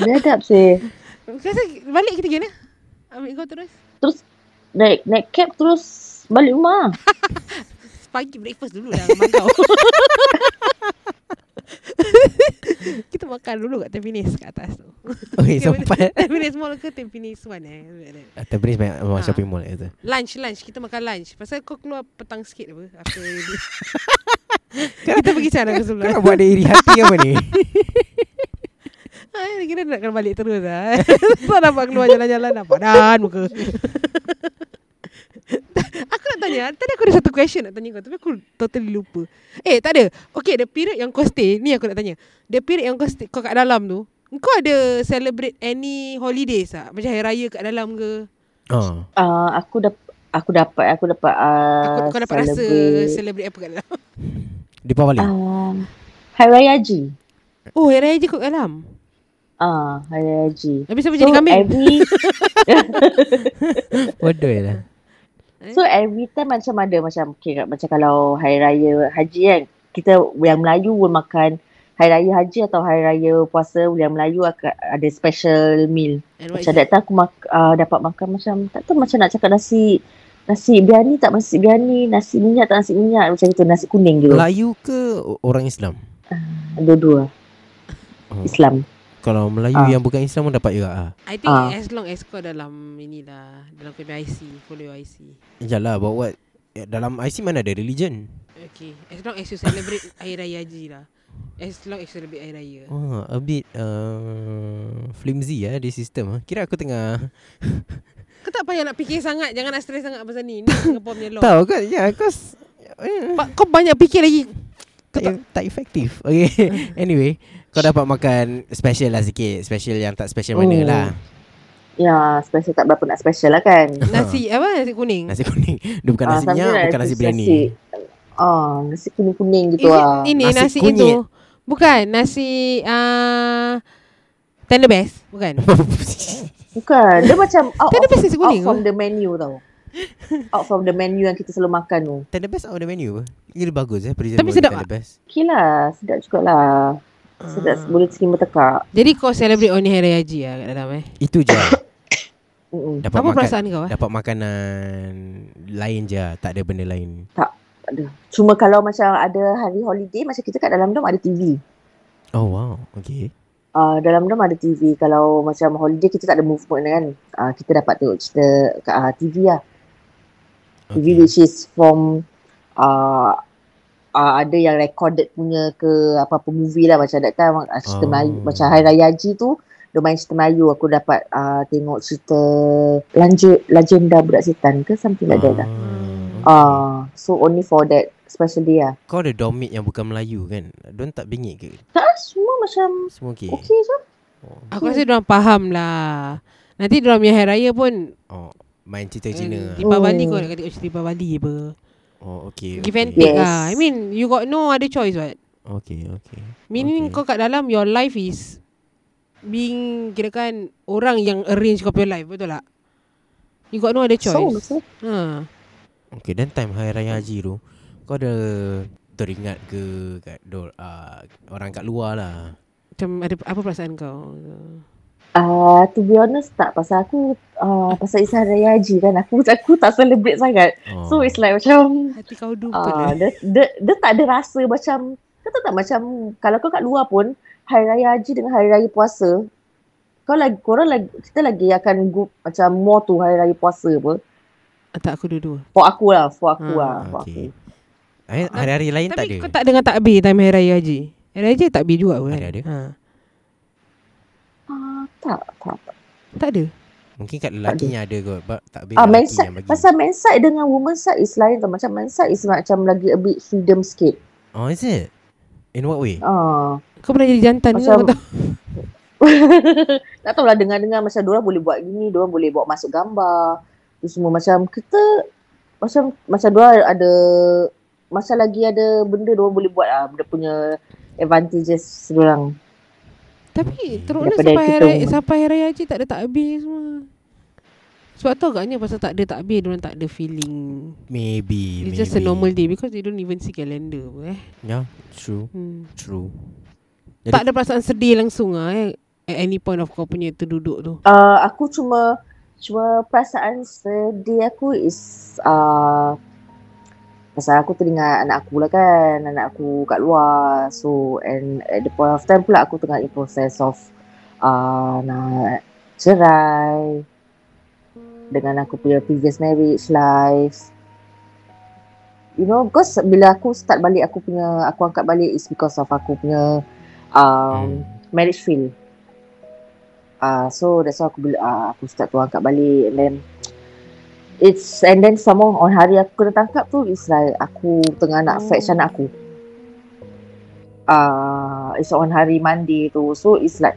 Speaker 5: Biadab sih.
Speaker 2: Aku rasa balik kita gimana Ambil kau terus
Speaker 5: Terus naik naik cab terus balik rumah.
Speaker 2: Pagi breakfast dulu lah Dengan kau Kita makan dulu kat Tampines Kat atas tu
Speaker 4: Okay,
Speaker 2: Tampines-
Speaker 4: sampai.
Speaker 2: Tampines Mall ke Tampines One eh Like that.
Speaker 4: Tampines banyak uh,
Speaker 2: Ah.
Speaker 4: shopping mall kat situ.
Speaker 2: Lunch lunch Kita makan lunch Pasal kau keluar petang sikit apa After this. Kita pergi sana ke
Speaker 4: Kau
Speaker 2: sebelah
Speaker 4: nak buat dia iri hati apa ni?
Speaker 2: Ah, kira nak kena balik terus lah. so nampak keluar jalan-jalan nampak dan muka. aku nak tanya, tadi aku ada satu question nak tanya kau tapi aku totally lupa. Eh, tak ada. Okay, the period yang kau stay, ni aku nak tanya. The period yang kau stay, kau kat dalam tu, kau ada celebrate any holidays tak? Macam hari raya kat dalam ke?
Speaker 4: Oh.
Speaker 5: Uh, aku dap aku dapat aku dapat
Speaker 2: Aku,
Speaker 5: uh,
Speaker 2: kau dapat rasa celebrate apa kat dalam?
Speaker 4: Deepavali.
Speaker 5: uh, Hari Raya Haji.
Speaker 2: Oh, hari raya je kau kat dalam.
Speaker 5: Ah, uh, Hari Raya Haji.
Speaker 2: Habis siapa jadi kambing?
Speaker 5: every
Speaker 4: Bodoh lah.
Speaker 5: so
Speaker 4: Hmm.
Speaker 5: every time macam ada macam okay, macam kalau hari raya haji kan kita yang Melayu will makan Hari Raya Haji atau Hari Raya Puasa Wilayah Melayu akan ada special meal.
Speaker 6: And what is
Speaker 5: Macam that time aku mak, uh, dapat makan macam tak tahu macam nak cakap nasi nasi biryani tak nasi biryani, nasi minyak tak nasi minyak macam itu nasi kuning gitu.
Speaker 4: Melayu ke o- orang Islam?
Speaker 5: Dua-dua
Speaker 4: Oh.
Speaker 5: Islam.
Speaker 4: Kalau Melayu
Speaker 5: Ah.
Speaker 4: yang bukan Islam pun dapat juga ah.
Speaker 2: I think
Speaker 5: Ah.
Speaker 2: as long as kau dalam inilah dalam kau punya IC, follow your IC.
Speaker 4: Yalah but what Eh, dalam IC mana ada religion?
Speaker 2: Okay, as long as you celebrate Hari Raya Haji lah. As long as you celebrate Hari Raya.
Speaker 4: Oh, a bit uh, flimsy eh this system ah. Kira aku tengah
Speaker 2: Kau tak payah nak fikir sangat, jangan nak stres sangat pasal ni. Ni Singapore punya law.
Speaker 4: tahu kan ya aku s- eh,
Speaker 2: Ba- kau banyak fikir lagi.
Speaker 4: tak, tak efektif. Okay. anyway, kau dapat makan special lah sikit. Special yang tak special mana
Speaker 5: Oh.
Speaker 4: lah.
Speaker 5: Ya, special tak berapa nak special lah kan.
Speaker 2: Nasi apa? Ah. Nasi kuning.
Speaker 4: Nasi kuning. Dia bukan
Speaker 5: Ah,
Speaker 4: nasi
Speaker 5: sambil
Speaker 4: minyak,
Speaker 5: ada
Speaker 4: bukan nasi
Speaker 5: nasi-
Speaker 4: biryani.
Speaker 5: Ah, nasi kuning-kuning gitu
Speaker 2: Is it
Speaker 5: ah.
Speaker 2: ini
Speaker 4: Nasi
Speaker 2: nasi,
Speaker 4: kunyit.
Speaker 2: itu? Bukan, nasi uh, tender best, bukan.
Speaker 5: Bukan, dia macam out,
Speaker 2: Tender
Speaker 5: of,
Speaker 2: best nasi
Speaker 5: out
Speaker 2: kuning.
Speaker 5: from the menu tau. Out from the menu yang kita selalu makan tu.
Speaker 4: Tender best out of the menu. Ini bagus eh present
Speaker 2: Tapi sedap
Speaker 4: Tender best.
Speaker 5: Okay lah, sedap jugalah. Sedap boleh terima tekak.
Speaker 2: Jadi kau celebrate on Hari Raya Haji lah kat dalam eh.
Speaker 4: Itu je.
Speaker 5: Mm-mm.
Speaker 4: dapat
Speaker 2: Apa
Speaker 4: makan.
Speaker 2: perasaan kau eh?
Speaker 4: Dapat makanan lain je, tak ada benda lain.
Speaker 5: Cuma kalau macam ada hari holiday, macam kita kat dalam dom ada TV.
Speaker 4: Oh wow. Okay.
Speaker 5: Uh, dalam dom ada TV. Kalau macam holiday, kita tak ada movement kan. Uh, kita dapat tengok cerita kat uh, TV lah.
Speaker 4: okay.
Speaker 5: TV which is from uh, uh, ada yang recorded punya ke apa-apa movie lah. Macam that time, uh,
Speaker 4: Oh.
Speaker 5: cerita oh. Melayu. Macam Hari Raya Haji tu, dia main cerita Melayu. Aku dapat uh, tengok cerita lanjut Legenda Budak Setan ke something like that lah.
Speaker 4: Ah.
Speaker 5: Uh, so only for that special day lah.
Speaker 4: Kau ada domit yang bukan Melayu kan? Diorang tak bingit ke?
Speaker 5: Tak lah, semua macam
Speaker 4: Semua okay?
Speaker 5: okay je.
Speaker 4: Oh.
Speaker 2: Aku rasa diorang faham lah. Nanti diorang punya Hari Raya pun
Speaker 4: oh. Main cerita
Speaker 2: eh,
Speaker 4: Cina. ah.
Speaker 2: Deepavali
Speaker 5: Oh.
Speaker 2: kau nak kata oh, Deepavali apa.
Speaker 4: Oh okay.
Speaker 2: Give and
Speaker 4: okay.
Speaker 2: take
Speaker 5: Yes.
Speaker 2: lah. I mean you got no other choice what.
Speaker 4: Okay okay.
Speaker 2: Meaning
Speaker 4: Okay.
Speaker 2: okay. kau kat dalam your life is being kirakan orang yang arrange kau punya life betul tak? You got no other choice.
Speaker 5: So, so
Speaker 2: ha.
Speaker 4: Okay dan time Hari Raya Haji tu Kau ada teringat ke kat dor, uh, orang kat luar lah
Speaker 2: Macam ada apa perasaan kau?
Speaker 5: Ah, uh, to be honest tak pasal aku uh, pasal Ishan Raya Haji kan aku aku tak celebrate sangat.
Speaker 4: oh.
Speaker 5: So it's like macam
Speaker 2: Hati kau dupa
Speaker 5: ah uh,
Speaker 2: lah.
Speaker 5: dia, dia, dia tak ada rasa macam kau tahu tak macam kalau kau kat luar pun Hari Raya Haji dengan Hari Raya Puasa kau lagi korang lagi kita lagi akan go, macam more to Hari Raya Puasa apa.
Speaker 2: Ah, Tak aku dua-dua.
Speaker 5: For aku lah, for aku
Speaker 2: Hmm,
Speaker 5: lah, for
Speaker 4: Okay
Speaker 5: aku.
Speaker 4: Hari- Hari-hari lain tak ada
Speaker 2: Tapi kau tak dengar takbir time Hari Raya Haji. Hari Raya Haji takbir juga pun kan?
Speaker 4: Ada, ada.
Speaker 2: Ha.
Speaker 5: Ah, tak, tak. tak.
Speaker 2: Tak ada.
Speaker 4: Mungkin kat lelaki yang ada kot But tak beda
Speaker 5: Ah,
Speaker 4: lelaki
Speaker 5: men's side,
Speaker 4: yang bagi
Speaker 5: pasal men's side dengan women's side is lain tau. Macam men's side is macam lagi a bit freedom sikit.
Speaker 4: Oh is it? In what way?
Speaker 5: Ah. Uh.
Speaker 2: Kau pernah jadi jantan ke?
Speaker 5: Macam-
Speaker 2: Kau tahu?
Speaker 5: tak tahulah dengar-dengar macam diorang boleh buat gini, diorang boleh buat masuk gambar. Tu semua macam kita macam macam diorang ada masa lagi ada benda diorang boleh buat lah. Dia punya advantages diorang.
Speaker 2: Tapi teruknya
Speaker 5: Daripada
Speaker 2: sampai
Speaker 5: kita
Speaker 2: hari,
Speaker 5: woman.
Speaker 2: sampai hari raya haji tak ada takbir semua. Sebab tu agaknya pasal tak ada takbir, diorang tak ada feeling. It's
Speaker 4: Maybe maybe.
Speaker 2: just a normal day because they don't even see calendar apa eh.
Speaker 4: Yeah true
Speaker 2: Hmm.
Speaker 4: True Jadi-
Speaker 2: Tak ada perasaan sedih langsung ah eh. At any point of kau punya terduduk tu.
Speaker 5: Uh, aku cuma cuma perasaan sedih aku is uh, pasal aku teringat anak aku lah kan anak aku kat luar so and at the point of time pula aku tengah in process of uh, nak cerai dengan aku punya previous marriage life you know because bila aku start balik aku punya aku angkat balik is because of aku punya um,
Speaker 4: Hmm.
Speaker 5: marriage fail. Ah, uh, so that's why aku bila uh, aku start tu angkat balik and then it's and then some more on hari aku kena tangkap tu is like aku tengah nak fetch anak aku. Ah, uh, it's on hari Monday tu. So it's like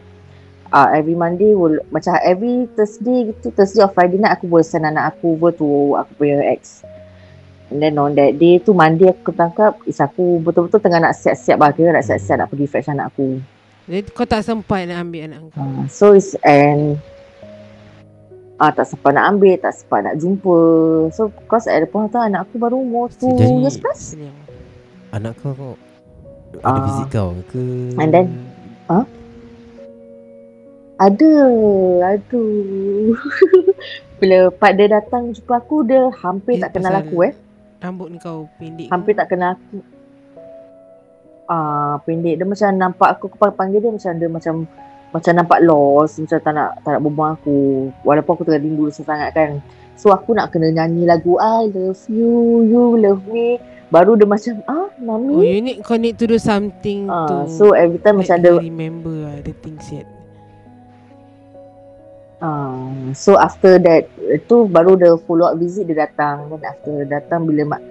Speaker 5: uh, every Monday will macam every Thursday gitu, Thursday or Friday night aku will send anak aku over to aku punya ex. And then on that day tu Monday aku tangkap is aku betul-betul tengah nak siap-siap lah kira nak siap-siap nak pergi fetch anak aku.
Speaker 2: Jadi kau tak sempat nak ambil anak kau.
Speaker 5: Ah, so it's and ah tak sempat nak ambil, tak sempat nak jumpa. So because at the point of time anak aku baru umur 2
Speaker 4: Jadi-
Speaker 5: years plus.
Speaker 2: Sini.
Speaker 4: Anak kau kau Ada
Speaker 5: Ah.
Speaker 4: visit kau ke
Speaker 5: And then? Ada, aduh. Bila part dia datang jumpa aku, dia
Speaker 2: Eh,
Speaker 5: hampir tak kenal
Speaker 2: pasal-
Speaker 5: aku eh.
Speaker 2: Rambut ni kau pendek
Speaker 5: Hampir tak kenal aku. Ah, pendek. Dia macam nampak aku, aku pang- panggil dia macam dia macam macam nampak lost, macam tak nak tak nak berbual aku. Walaupun aku tengah rindu dia sangat kan. So aku nak kena nyanyi lagu I love you, you love me. Baru dia macam,
Speaker 2: Oh
Speaker 5: ah, mami.
Speaker 2: you need Kau need to do something to
Speaker 5: Ah, so every time
Speaker 2: make
Speaker 5: macam ada
Speaker 2: her Remember ah, the things yet
Speaker 5: Ah, so after that tu baru the follow up visit dia datang dan after datang bila mak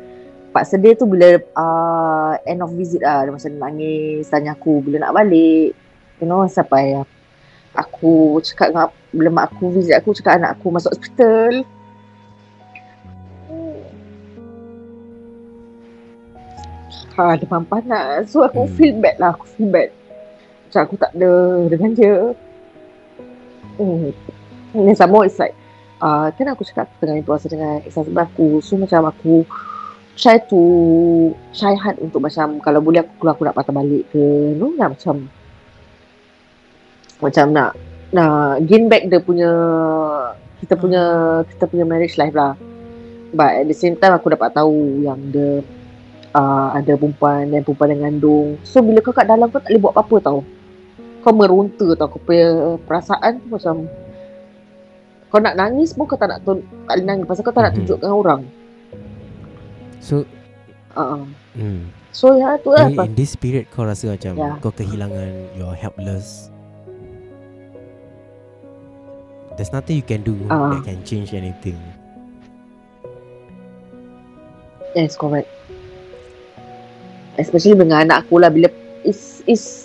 Speaker 5: paksa dia tu bila uh, end of visit ah dia macam nangis tanya aku bila nak balik you know sampai aku cakap dengan ap- bila mak aku visit aku cakap anak aku masuk hospital ha demam panas so aku
Speaker 4: Hmm.
Speaker 5: feel bad lah aku feel bad macam aku tak ada dengan dia Hmm. And then some more it's like uh, Kan aku cakap aku tengah influencer dengan ex-husband aku So macam aku Try to Try hard untuk macam Kalau boleh aku keluar aku nak patah balik ke You know lah macam Macam nak Nak gain back dia punya Kita punya Kita punya marriage life lah But at the same time aku dapat tahu Yang dia uh, Ada perempuan Dan perempuan yang ngandung So bila kau kat dalam kau tak boleh buat apa-apa tau kau meronta tau kau punya perasaan tu macam kau nak nangis pun kau tak nak tun- tak boleh nangis pasal kau tak nak
Speaker 4: Mhm.
Speaker 5: tunjukkan orang.
Speaker 4: So
Speaker 5: Uh-uh.
Speaker 4: hmm.
Speaker 5: So ya tu lah
Speaker 4: Jadi
Speaker 5: apa.
Speaker 4: in this period kau rasa macam
Speaker 5: Ya.
Speaker 4: kau kehilangan you're helpless. There's nothing you can do
Speaker 5: Ah.
Speaker 4: that can change anything.
Speaker 5: Yes correct. Especially dengan anak aku lah bila is is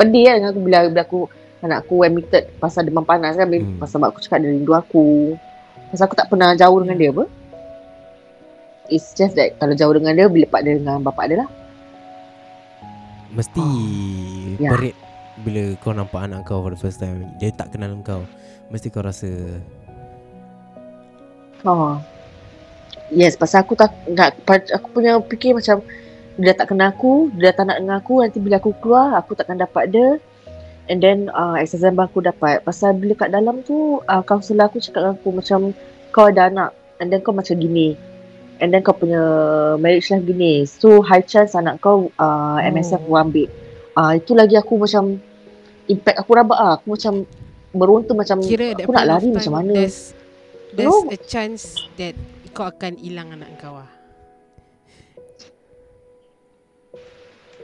Speaker 5: pedih kan dengan aku bila bila aku anak aku admitted pasal demam panas kan
Speaker 4: Hmm.
Speaker 5: hmm. pasal mak aku cakap dia rindu aku. Pasal aku tak pernah jauh dengan dia apa. It's just that kalau jauh dengan dia bila pak dia dengan bapak dia lah.
Speaker 4: Mesti
Speaker 5: Ah. Ya.
Speaker 4: perit bila kau nampak anak kau for the first time dia tak kenal kau. Mesti kau rasa
Speaker 5: Oh. Yes, pasal aku tak nak aku punya fikir macam dia tak kenal aku, dia tak nak dengan aku, nanti bila aku keluar aku takkan dapat dia. And then uh, exercise abang aku dapat. Pasal bila kat dalam tu uh, kaunselor aku cakap dengan aku macam kau ada anak and then kau macam gini. And then kau punya marriage life gini. So high chance anak kau uh,
Speaker 2: Hmm.
Speaker 5: MSF oh. ambil. Uh, itu lagi aku macam impact aku rabak lah. Aku macam meronta macam
Speaker 2: Kira that
Speaker 5: Oh, aku nak
Speaker 2: point of
Speaker 5: lari
Speaker 2: time,
Speaker 5: macam mana.
Speaker 2: There's, there's
Speaker 5: No.
Speaker 2: a chance That kau akan hilang anak kau ah.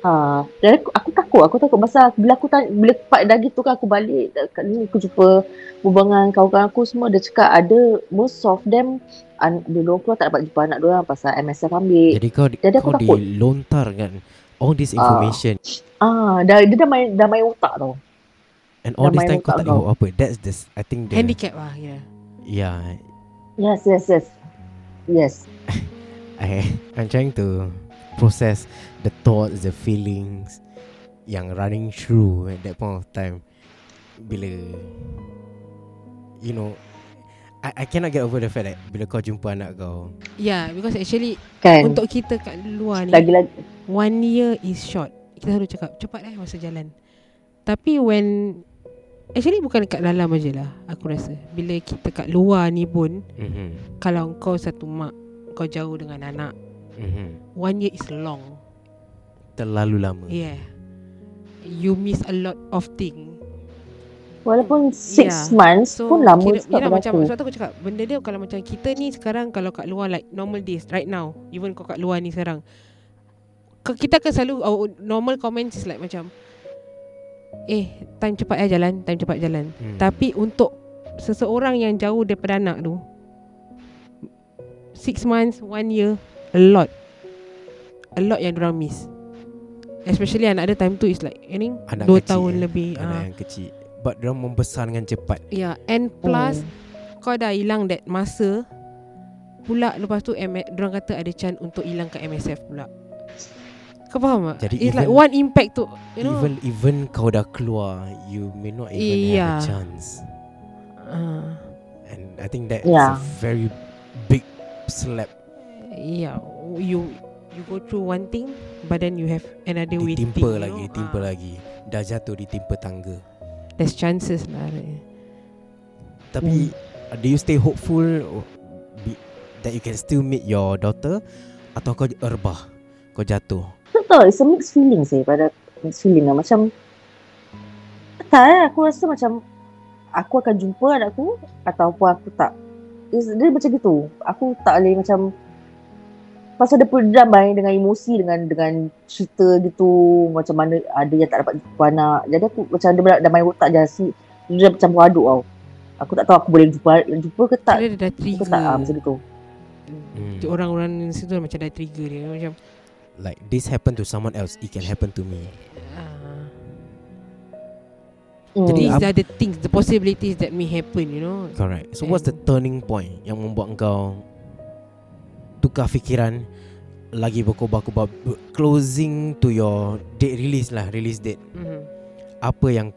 Speaker 5: Ha, dan aku, aku takut, aku takut pasal bila aku tanya, bila part dah gitu kan aku balik kat ni aku jumpa hubungan kawan-kawan aku semua dia cakap ada most of them an, dia orang keluar tak dapat jumpa anak dia orang pasal MSF ambil.
Speaker 4: jadi kau
Speaker 5: Eh, Jadi
Speaker 4: kau
Speaker 5: aku takut.
Speaker 4: dilontar kan all this
Speaker 5: Ah.
Speaker 4: information
Speaker 5: Ah, dah dia dah main dah main otak tau.
Speaker 4: and all
Speaker 5: dah
Speaker 4: this
Speaker 5: main
Speaker 4: time kau
Speaker 5: otak
Speaker 4: tak tahu apa. That's the s- I think the ya,
Speaker 2: Handicap lah kira
Speaker 4: yeah
Speaker 5: Yes, yes, yes. Yes.
Speaker 4: I I'm trying to Eh, process the thoughts, the feelings yang running through at that point of time. Bila you know, I I cannot get over the fact that bila kau jumpa anak kau.
Speaker 2: Yeah Ya, because actually
Speaker 5: Kan.
Speaker 2: Untuk kita kat luar ni
Speaker 5: Lagi-lagi
Speaker 2: One year is short Kita selalu cakap Cepat lah masa jalan Tapi when Actually bukan kat dalam aje lah Aku rasa Bila kita kat luar ni pun
Speaker 4: Mm-hmm.
Speaker 2: Kalau kau satu mak Kau jauh dengan anak
Speaker 4: Mm-hmm.
Speaker 2: One year is long
Speaker 4: Terlalu lama.
Speaker 2: Yeah You miss a lot of thing
Speaker 5: walaupun 6
Speaker 2: Ya.
Speaker 5: months pun lama
Speaker 2: kira,
Speaker 5: juga
Speaker 2: yelah,
Speaker 5: pada
Speaker 2: macam,
Speaker 5: aku.
Speaker 2: Sebab tu aku cakap Benda dia kalau macam kita ni sekarang Kalau kat luar like normal days Right now Even kau kat luar ni sekarang ke- Kita akan selalu our Normal comments is like macam Eh time cepat ya jalan Time cepat jalan
Speaker 4: Hmm.
Speaker 2: Tapi untuk Seseorang yang jauh daripada anak tu Six months One year A lot A lot yang diorang miss Especially anak dia time tu is like Ini
Speaker 4: Anak
Speaker 2: dua
Speaker 4: kecil,
Speaker 2: tahun
Speaker 4: eh.
Speaker 2: lebih
Speaker 4: anak
Speaker 2: ah.
Speaker 4: yang kecil. But dia membesar dengan cepat.
Speaker 2: Ya yeah. And plus
Speaker 4: Hmm.
Speaker 2: kau dah hilang that masa pula lepas tu M- diorang kata ada chance untuk hilangkan MSF pula kau faham tak?
Speaker 4: Jadi
Speaker 2: It's like
Speaker 4: even-
Speaker 2: one impact tu you know
Speaker 4: even even kau dah keluar, you may not even
Speaker 2: Yeah.
Speaker 4: have a chance.
Speaker 2: uh,
Speaker 4: And I think that is a
Speaker 5: Yeah.
Speaker 4: very big slap
Speaker 2: yeah Ya, you You go through one thing But then you have another way thing, you
Speaker 4: Ditimpa lagi
Speaker 2: know?
Speaker 4: Ditimpa
Speaker 2: Ah,
Speaker 4: lagi Dah jatuh ditimpa tangga
Speaker 2: There's chances lah right?
Speaker 4: Tapi
Speaker 2: Hmm.
Speaker 4: uh, Do you stay hopeful or be, That you can still meet your daughter Atau kau erbah Kau jatuh
Speaker 5: Tak tahu It's a mixed feeling sih Pada mixed feeling lah Macam Tak eh Aku rasa macam Aku akan jumpa anak aku Ataupun aku tak It's, Dia macam gitu Aku tak boleh macam Pasal dia pun damai dengan emosi Dengan dengan cerita gitu Macam mana ada yang tak dapat jumpa anak Jadi aku macam dia dah- damai otak je si, Dia dah macam beradu tau Aku tak tahu aku boleh jumpa jumpa ke tak
Speaker 2: Kira dia dah
Speaker 5: Aku
Speaker 2: trigger
Speaker 5: tak ah, macam gitu
Speaker 4: Hmm.
Speaker 2: Macam Orang-orang situ macam dah trigger dia Macam
Speaker 4: Like this happened to someone else It can happen to me
Speaker 2: ah,
Speaker 5: Hmm.
Speaker 4: Jadi,
Speaker 2: These
Speaker 4: apa-
Speaker 2: are the things The possibilities that may happen You know
Speaker 4: Correct So what's the turning point Yang membuat kau Tukar fikiran Lagi berkobar-kobar B- Closing to your Date release lah Release date
Speaker 2: mm-hmm.
Speaker 4: Apa yang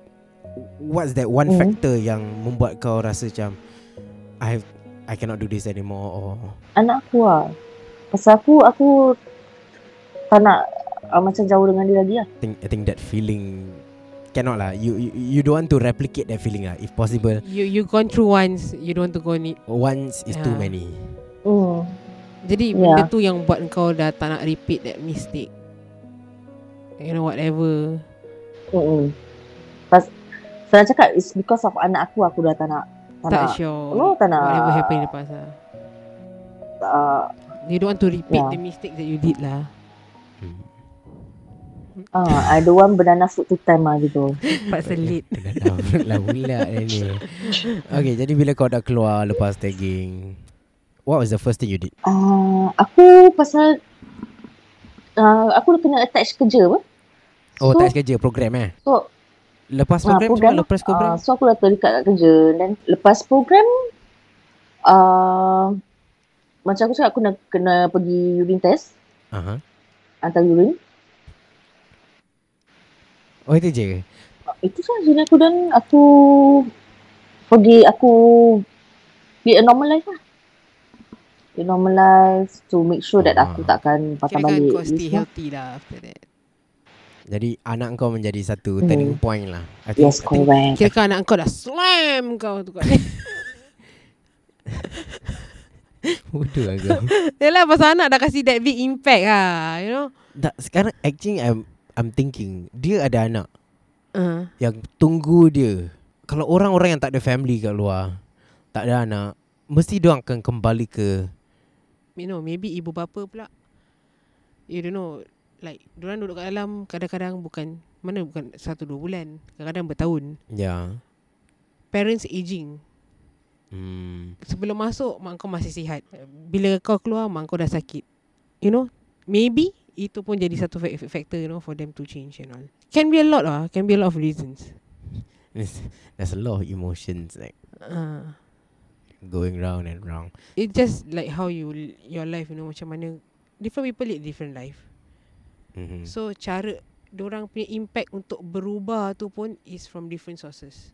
Speaker 4: What's that one
Speaker 5: Mhm.
Speaker 4: factor Yang membuat kau rasa macam I have I cannot do this anymore Or
Speaker 5: anak aku lah. Pasal aku, aku tak nak uh, macam jauh dengan dia lagi lah.
Speaker 4: I think, I think that feeling Cannot lah you, you you don't want to replicate that feeling lah If possible
Speaker 2: You you gone through once You don't want to go ni
Speaker 4: Once is too
Speaker 2: Yeah.
Speaker 4: many
Speaker 5: Hmm.
Speaker 2: Jadi benda
Speaker 5: Yeah.
Speaker 2: tu yang buat kau dah tak nak repeat that mistake You know whatever
Speaker 5: Mm-mm. Hmm. Pas, saya nak cakap, it's because of anak aku, aku dah tak nak. Tak,
Speaker 2: Tak
Speaker 5: nak.
Speaker 2: sure
Speaker 5: Oh, tak nak.
Speaker 2: Whatever happen in the past lah
Speaker 5: Uh,
Speaker 2: You don't want to repeat the
Speaker 5: Yeah.
Speaker 2: mistake that you did lah
Speaker 4: hmm.
Speaker 5: uh, I don't want banana food to time lah gitu.
Speaker 2: But selit
Speaker 4: Dah lah pula ni Okay jadi bila kau dah keluar Lepas tagging What was the first thing you did?
Speaker 5: Uh, aku pasal, uh, aku dah kena attach kerja apa.
Speaker 4: Oh
Speaker 5: So-
Speaker 4: tak kerja program eh
Speaker 5: So,
Speaker 4: Lepas
Speaker 5: Ah,
Speaker 4: program,
Speaker 5: program
Speaker 4: cuma
Speaker 5: lah.
Speaker 4: lepas program
Speaker 5: Uh, so aku dah terikat kat kerja dan lepas program uh, macam aku cakap aku nak kena pergi urine test,
Speaker 4: Aha.
Speaker 5: hantar urine.
Speaker 4: Oh itu je ke?
Speaker 5: Uh, itu sahaja aku dan aku pergi aku be a normal life lah. Be a normal life to make sure that aku
Speaker 4: Ah.
Speaker 5: takkan patah
Speaker 2: Kira kan
Speaker 5: balik.
Speaker 2: kau
Speaker 5: ni
Speaker 2: stay
Speaker 5: semua.
Speaker 2: healthy lah after that
Speaker 4: Jadi anak kau menjadi satu
Speaker 5: Hmm.
Speaker 4: turning point lah I think,
Speaker 5: Yes,
Speaker 4: I think
Speaker 5: correct.
Speaker 2: Kira kan anak kau dah slam kau tu kat
Speaker 4: Bodoh lah kau
Speaker 2: Yalah pasal anak dah kasi that big impact lah You know
Speaker 4: tak, Sekarang actually I'm I'm thinking Dia ada anak
Speaker 2: uh,
Speaker 5: Uh-huh.
Speaker 4: Yang tunggu dia Kalau orang-orang yang tak ada family kat luar Tak ada anak Mesti dia akan kembali ke
Speaker 2: You know maybe ibu bapa pula You don't know Like Diorang duduk kat dalam Kadang-kadang bukan Mana bukan Satu dua bulan Kadang-kadang bertahun
Speaker 4: Ya
Speaker 2: Parents aging
Speaker 4: hmm.
Speaker 2: Sebelum masuk Mak kau masih sihat Bila kau keluar Mak kau dah sakit You know Maybe Itu pun jadi satu fa- factor You know For them to change and all Can be a lot lah Can be a lot of reasons
Speaker 4: There's, there's a lot of emotions like
Speaker 2: uh,
Speaker 4: going round and round.
Speaker 2: It's just like how you Your life you know Macam mana Different people lead different life
Speaker 4: Mm-hmm.
Speaker 2: So
Speaker 4: So,
Speaker 2: cara Diorang punya impact Untuk berubah tu pun Is from different sources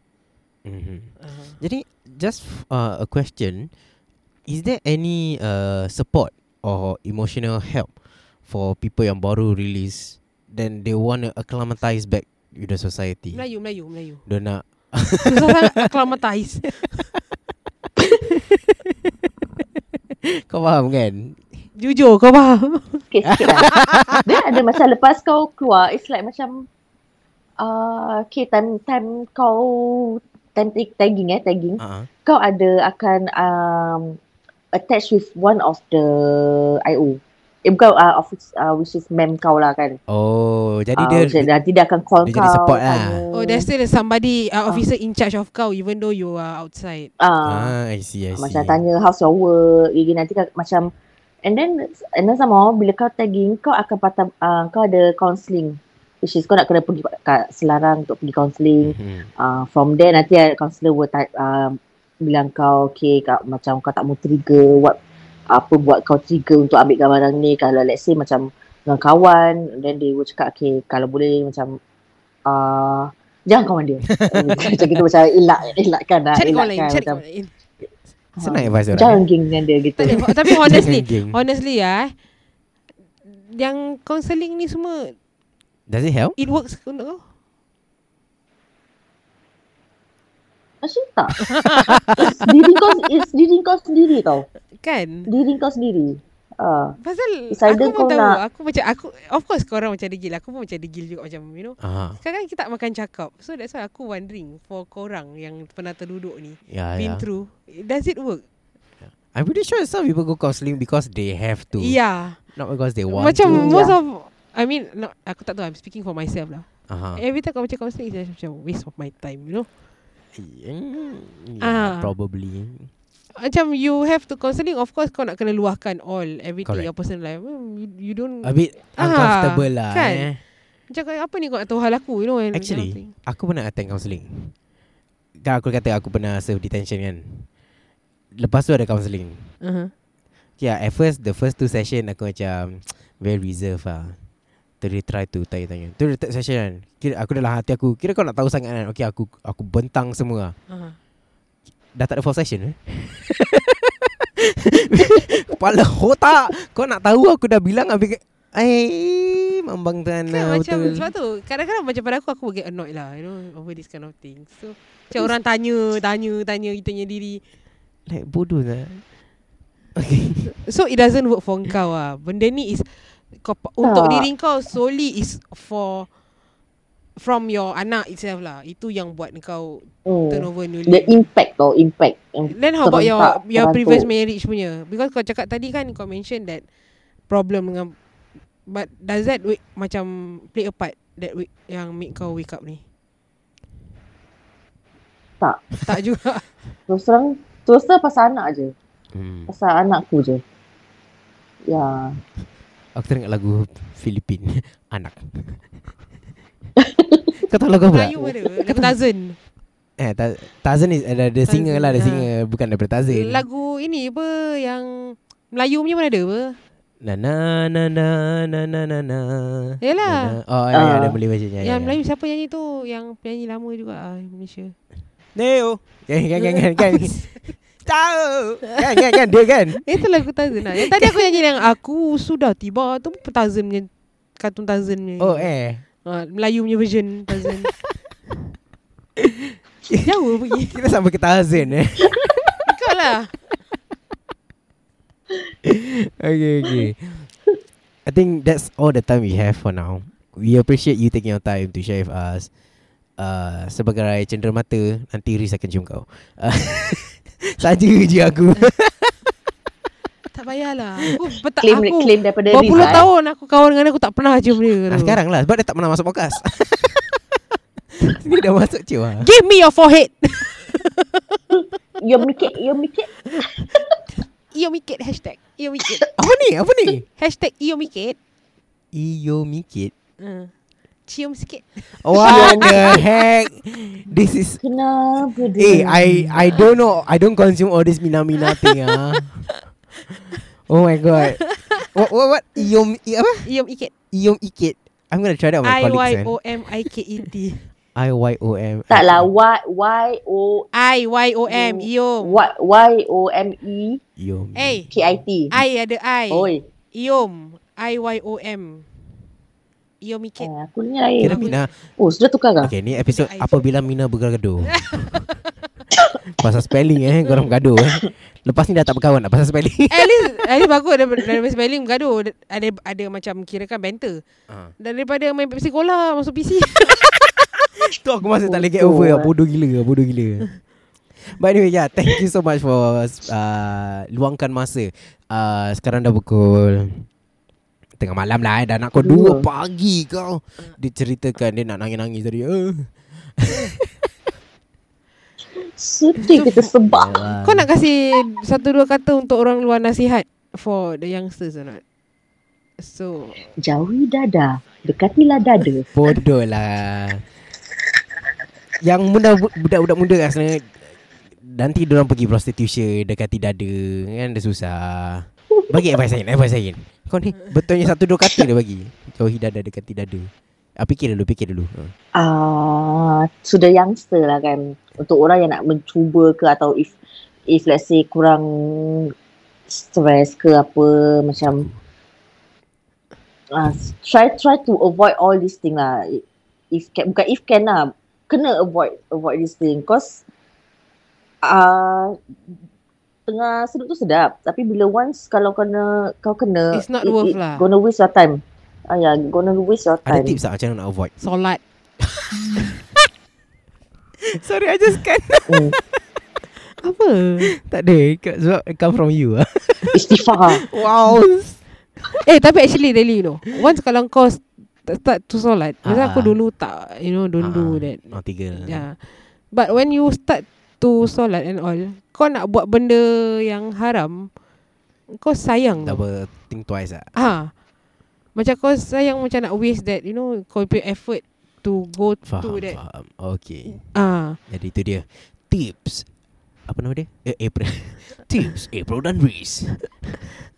Speaker 4: mm-hmm.
Speaker 2: uh,
Speaker 4: Jadi just uh, a question, is there any uh, support or emotional help for people yang baru release then they want to acclimatize back with the society?
Speaker 2: Melayu Melayu Melayu
Speaker 4: Dia nak
Speaker 2: Susah sangat acclimatize
Speaker 4: Kau faham kan?
Speaker 2: Jujur kau faham
Speaker 5: sikit-sikit lah. Dia ada macam lepas kau keluar, it's like macam uh, okay, time time kau time tag- tagging eh, tagging.
Speaker 4: Uh-huh.
Speaker 5: Kau ada akan um, attached with one of the IO. Eh, bukan uh, of, uh, which is mem kau lah kan.
Speaker 4: Oh, jadi
Speaker 5: Ah,
Speaker 4: dia
Speaker 5: macam dah tidak akan call
Speaker 4: dia
Speaker 5: kau.
Speaker 4: jadi support lah.
Speaker 5: tanya.
Speaker 2: Oh there's still somebody uh, Officer in charge of kau Even though you are outside
Speaker 5: Ah,
Speaker 4: ah, I see, I see.
Speaker 5: macam tanya how's your work, lagi nanti kan, macam and then and then sama bila kau tagging kau akan patah uh, kau ada counselling which is kau nak kena pergi kat Selarang untuk pergi counselling
Speaker 4: Mm-hmm.
Speaker 5: uh, from there nanti ada counselor will type, uh, bilang kau okay kau, macam kau tak mau trigger what apa buat kau trigger untuk ambil gambaran ni kalau let's say macam dengan kawan then they will cakap okay kalau boleh macam uh, jangan kawan dia macam gitu macam elak elakkan lah
Speaker 2: Cari kau
Speaker 5: elakkan
Speaker 2: lain Cari
Speaker 5: macam
Speaker 2: kau lain
Speaker 4: Senang lah. advice orang. eh?
Speaker 5: jangan geng dengan dia gitu
Speaker 2: Tak ada, Tapi
Speaker 4: Jangan
Speaker 2: honestly
Speaker 4: geng.
Speaker 2: Honestly ya eh, yang counselling ni semua
Speaker 4: Does it help?
Speaker 2: it works untuk kau?
Speaker 5: Actually tak Diri kau It's diri kau sendiri tau
Speaker 2: Kan?
Speaker 5: Diri kau sendiri uh,
Speaker 2: Pasal
Speaker 5: It's either
Speaker 2: aku pun
Speaker 5: kau
Speaker 2: tahu
Speaker 5: nak-
Speaker 2: aku macam aku of course korang macam degil aku pun macam degil juga macam you know.
Speaker 4: Ah,
Speaker 2: Sekarang kan kita tak makan cakap. So that's why aku wondering for korang yang pernah terduduk ni.
Speaker 4: yeah,
Speaker 2: Been
Speaker 4: yeah.
Speaker 2: through. Does it work?
Speaker 4: Ya, I'm pretty sure some people go counseling because they have to,
Speaker 2: Yeah.
Speaker 4: not because they
Speaker 2: Ya.
Speaker 4: want.
Speaker 2: Macam
Speaker 5: to.
Speaker 2: most
Speaker 5: Yeah.
Speaker 2: of I mean not, aku tak tahu I'm speaking for myself lah.
Speaker 4: uh
Speaker 2: Every time kau macam counselling it's just macam waste of my time, you know.
Speaker 4: yeah,
Speaker 2: Ah.
Speaker 4: probably.
Speaker 2: Macam you have to counselling of course kau nak kena luahkan all everything
Speaker 4: Correct.
Speaker 2: your personal life. Hmm, You, you don't
Speaker 4: A bit
Speaker 2: Ah,
Speaker 4: uncomfortable lah.
Speaker 2: kan?
Speaker 4: Eh.
Speaker 2: macam kau- apa ni kau nak tahu hal aku, you know. and- and
Speaker 4: Actually,
Speaker 2: all thing.
Speaker 4: aku pernah attend counselling. Kan aku kata aku pernah serve detention kan. Lepas tu ada counselling.
Speaker 2: Uh-huh.
Speaker 4: Yeah, lah, at first the first two session aku macam very reserved lah. Tu dia try to tanya-tanya. Tu dia third session kan. Kira aku dalam hati aku, kira kau nak tahu sangat kan. Okay, aku aku bentang semua lah.
Speaker 2: Uh-huh.
Speaker 4: Dah tak ada fourth session eh? Kepala otak Kau nak tahu aku dah bilang Habis Eh Membang tanah
Speaker 2: Kan macam
Speaker 4: betul
Speaker 2: sebab tu kadang-kadang macam pada aku aku will get annoyed lah you know over this kind of thing. So macam orang tanya tanya tanya kita punya diri.
Speaker 4: Like bodoh lah Okay
Speaker 2: So it doesn't work for kau ah. Benda ni is kau, untuk
Speaker 5: Tak.
Speaker 2: diri kau solely is for from your anak itself lah. Itu yang buat kau
Speaker 5: mm.
Speaker 2: turnover newly.
Speaker 5: The impact tau Impact yang
Speaker 2: Then how about your
Speaker 5: Terentak,
Speaker 2: your
Speaker 5: terantuk.
Speaker 2: previous marriage punya? Because kau cakap tadi kan kau mention that problem dengan but does that wake, macam play a part that wake, yang make kau wake up ni?
Speaker 5: Tak.
Speaker 2: Tak juga.
Speaker 5: Terus terang Terus terang pasal anak je
Speaker 4: hmm.
Speaker 5: Pasal anakku je Ya yeah.
Speaker 4: Aku teringat lagu Filipin Anak Kau tahu lagu apa tak?
Speaker 2: Melayu ada. Lagu Tarzan.
Speaker 4: Eh, Ta- Tarzan is ada the singer lah,
Speaker 2: Tarzan,
Speaker 4: the
Speaker 2: ha.
Speaker 4: singer bukan daripada Tarzan.
Speaker 2: Lagu ini apa yang Melayu punya mana ada apa?
Speaker 4: na na na na na na na na.
Speaker 2: Yalah.
Speaker 4: Na- na. Oh, ya, ya,
Speaker 5: Ah.
Speaker 4: ada boleh baca. Ya, ya,
Speaker 2: yang
Speaker 4: ya.
Speaker 2: Melayu siapa nyanyi tu? Yang penyanyi lama juga ah Malaysia.
Speaker 4: Neo. Kan kan kan kan. kan. Tahu. Kan kan kan dia kan.
Speaker 2: Eh tu lagu Tarzan lah. Yang tadi aku nyanyi yang aku sudah tiba tu pun Tarzan punya kartun Tarzan punya.
Speaker 4: Oh eh.
Speaker 2: Ha, Melayu punya version Tarzan. Jauh pergi.
Speaker 4: Kita sampai ke Tarzan eh.
Speaker 2: Kau lah.
Speaker 4: okay, okay. I think that's all the time we have for now. We appreciate you taking your time to share with us. Uh, sebagai cendermata, nanti Riz akan cium kau. Uh, saja je aku.
Speaker 2: Tak payahlah. Aku petak
Speaker 5: Claim,
Speaker 2: aku.
Speaker 5: claim daripada
Speaker 2: Berpuluh
Speaker 5: Riz, eh.
Speaker 2: tahun aku kawan dengan dia, aku tak pernah cium dia.
Speaker 4: Ah,
Speaker 2: tu.
Speaker 4: sekarang lah, sebab dia tak pernah masuk podcast. Sini dah masuk cium lah.
Speaker 2: Give me your forehead.
Speaker 5: You make it You make it
Speaker 2: Iomikit hashtag. Iomikit.
Speaker 4: Apa ni? Apa ni?
Speaker 2: Hashtag Iomikit.
Speaker 4: Iyo Mikit.
Speaker 2: Uh, cium sikit.
Speaker 4: What the heck? This is
Speaker 5: Kenapa
Speaker 4: Eh,
Speaker 5: dia
Speaker 4: I I don't know. I don't consume all this mina mina thing ah. Oh my god. What what what? Iom i- apa?
Speaker 2: Iomikit.
Speaker 4: Iom ikit. I'm gonna try that on my colleagues. eh.
Speaker 2: I-Y-O-M-I-K-E-T.
Speaker 4: I Y O M.
Speaker 5: Tak lah Y Y O
Speaker 2: I-Y-O-M. Iom.
Speaker 5: Y Y O M E
Speaker 4: Iom.
Speaker 2: Eh.
Speaker 5: P I T
Speaker 2: I ada I.
Speaker 5: Oi
Speaker 2: Iom. I-Y-O-M. Iomikit.
Speaker 5: eh, Aku ni lain
Speaker 4: Kira mina.
Speaker 5: Oh sudah tukar kah
Speaker 4: Okay, ni episod apabila mina bergaduh. pasal spelling eh, korang bergaduh eh. Lepas ni dah tak berkawan dah pasal spelling.
Speaker 2: At least At least eh, bagus Daripada, daripada spelling bergaduh Ada- Ada ada macam Kirakan banter
Speaker 4: Ah.
Speaker 2: Daripada main PC cola Masuk PC
Speaker 4: Tu aku masih tak boleh get over lah. Bodoh gila Bodoh gila But anyway yeah Thank you so much for uh, Luangkan masa uh, Sekarang dah pukul Tengah malam lah eh. Dah nak kau 2
Speaker 5: Dua.
Speaker 4: pagi kau Dia ceritakan Dia nak nangis-nangis tadi uh.
Speaker 5: Sedih kita sebab
Speaker 2: Kau nak kasih Satu dua kata Untuk orang luar nasihat For the youngsters or not So
Speaker 5: Jauhi dada Dekatilah dada
Speaker 4: Bodoh lah Yang muda Budak-budak muda kat sana Nanti diorang pergi prostitution Dekati dada Kan dia susah Bagi advice Sain Advice Sain Kau ni Betulnya satu dua kata dia bagi Jauhi dada dekati dada ah, Fikir dulu Fikir dulu ha.
Speaker 5: Ah, Sudah youngster lah kan Untuk orang yang nak mencuba ke Atau if If let's say kurang Stress ke apa Macam uh, try try to avoid all these thing lah. If can, bukan if can lah, kena avoid avoid this thing. Cause uh, tengah sedap tu sedap. Tapi bila once kalau kena kau kena,
Speaker 2: It's not worth lah.
Speaker 5: Gonna waste your time. Ah yeah, gonna waste your
Speaker 4: Ada
Speaker 5: time.
Speaker 4: tips tak macam mana nak avoid?
Speaker 2: Solat
Speaker 4: Sorry, I just can't.
Speaker 5: Mm.
Speaker 2: Apa?
Speaker 4: tak ada. Ke- Sebab it come from you lah.
Speaker 5: Istighfar.
Speaker 4: wow.
Speaker 2: Oh. eh tapi actually really you know Once kalau kau s- tak start to solat uh, Masa
Speaker 4: Ah.
Speaker 2: aku dulu tak You know don't uh, do
Speaker 4: Ah,
Speaker 2: that Ya.
Speaker 4: Oh, tiga.
Speaker 2: Yeah But when you start to solat and all Kau nak buat benda yang haram Kau sayang tau.
Speaker 4: Double think twice lah.
Speaker 2: Ah, Macam kau sayang macam nak waste that You know kau punya effort to go
Speaker 4: Faham,
Speaker 2: to that
Speaker 4: faham. Okay.
Speaker 2: Ah,
Speaker 4: Jadi itu dia. Tips. Apa nama dia? Eh, April. tips April dan Reese.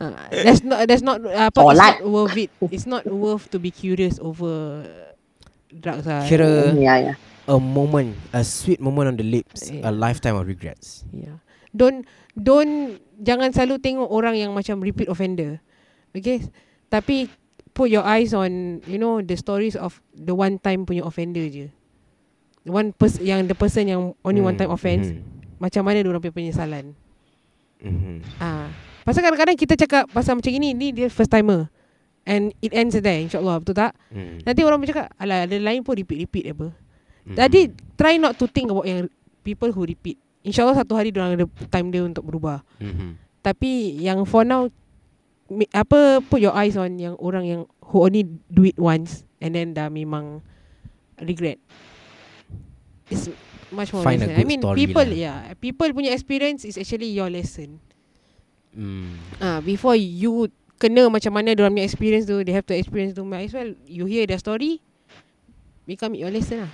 Speaker 2: ah, That's not That's not uh, apa, It's
Speaker 5: Solat.
Speaker 2: not worth it It's not worth to be curious over Drugs lah
Speaker 4: Kira
Speaker 5: Ya ya.
Speaker 4: a moment, a sweet moment on the lips, a
Speaker 2: Yeah.
Speaker 4: lifetime of regrets.
Speaker 2: Yeah. Don't don't jangan selalu tengok orang yang macam repeat offender. Okay? Tapi put your eyes on you know the stories of the one time punya offender je. The One person yang the person yang only
Speaker 4: Hmm.
Speaker 2: one time offense mm-hmm. macam mana dia orang punya penyesalan.
Speaker 4: Mm-hmm.
Speaker 2: Ah. Pasal kadang-kadang kita cakap pasal macam ini ni dia first timer. And it ends there insyaAllah Betul tak
Speaker 4: Mm-hmm.
Speaker 2: Nanti orang bercakap Alah ada lain pun repeat-repeat apa
Speaker 4: Hmm.
Speaker 2: Jadi try not to think about yang People who repeat InsyaAllah satu hari Diorang ada time dia untuk berubah
Speaker 4: Mm-hmm.
Speaker 2: Tapi yang for now mi- apa put your eyes on yang orang yang who only do it once and then dah memang regret. It's much more
Speaker 4: Find a
Speaker 2: lesson. I
Speaker 4: good
Speaker 2: mean
Speaker 4: story
Speaker 2: people
Speaker 4: lah.
Speaker 2: yeah, people punya experience is actually your lesson.
Speaker 4: Mm.
Speaker 2: Ah uh, before you kena macam mana dia punya experience tu, they have to experience tu might as well you hear their story become your lesson lah.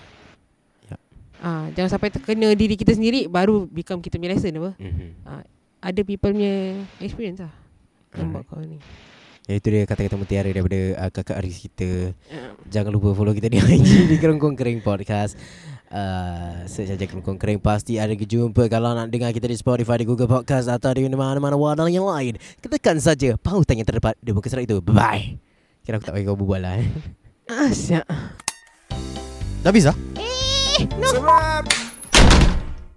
Speaker 4: Yup.
Speaker 2: Ah jangan sampai terkena diri kita sendiri baru become kita punya lesson apa. Ah,
Speaker 4: Mm-hmm.
Speaker 2: Ada people punya experience lah. Yang buat
Speaker 4: Alright.
Speaker 2: kau ni.
Speaker 4: Ya, Itu dia kata-kata mutiara daripada uh, kakak Aris kita. Jangan lupa follow kita di IG di Kerongkong Kering Podcast. Uh, search saja Kerongkong Kering pasti ada jumpa kalau nak dengar kita di Spotify, di Google Podcast atau di mana-mana wadah yang lain. Ketekan saja pautan yang terdapat di muka surat itu. Bye. Kira aku tak bagi kau berbual lah. Eh.
Speaker 2: Ah, siap.
Speaker 3: Dah habis dah? Eh, no. Sebab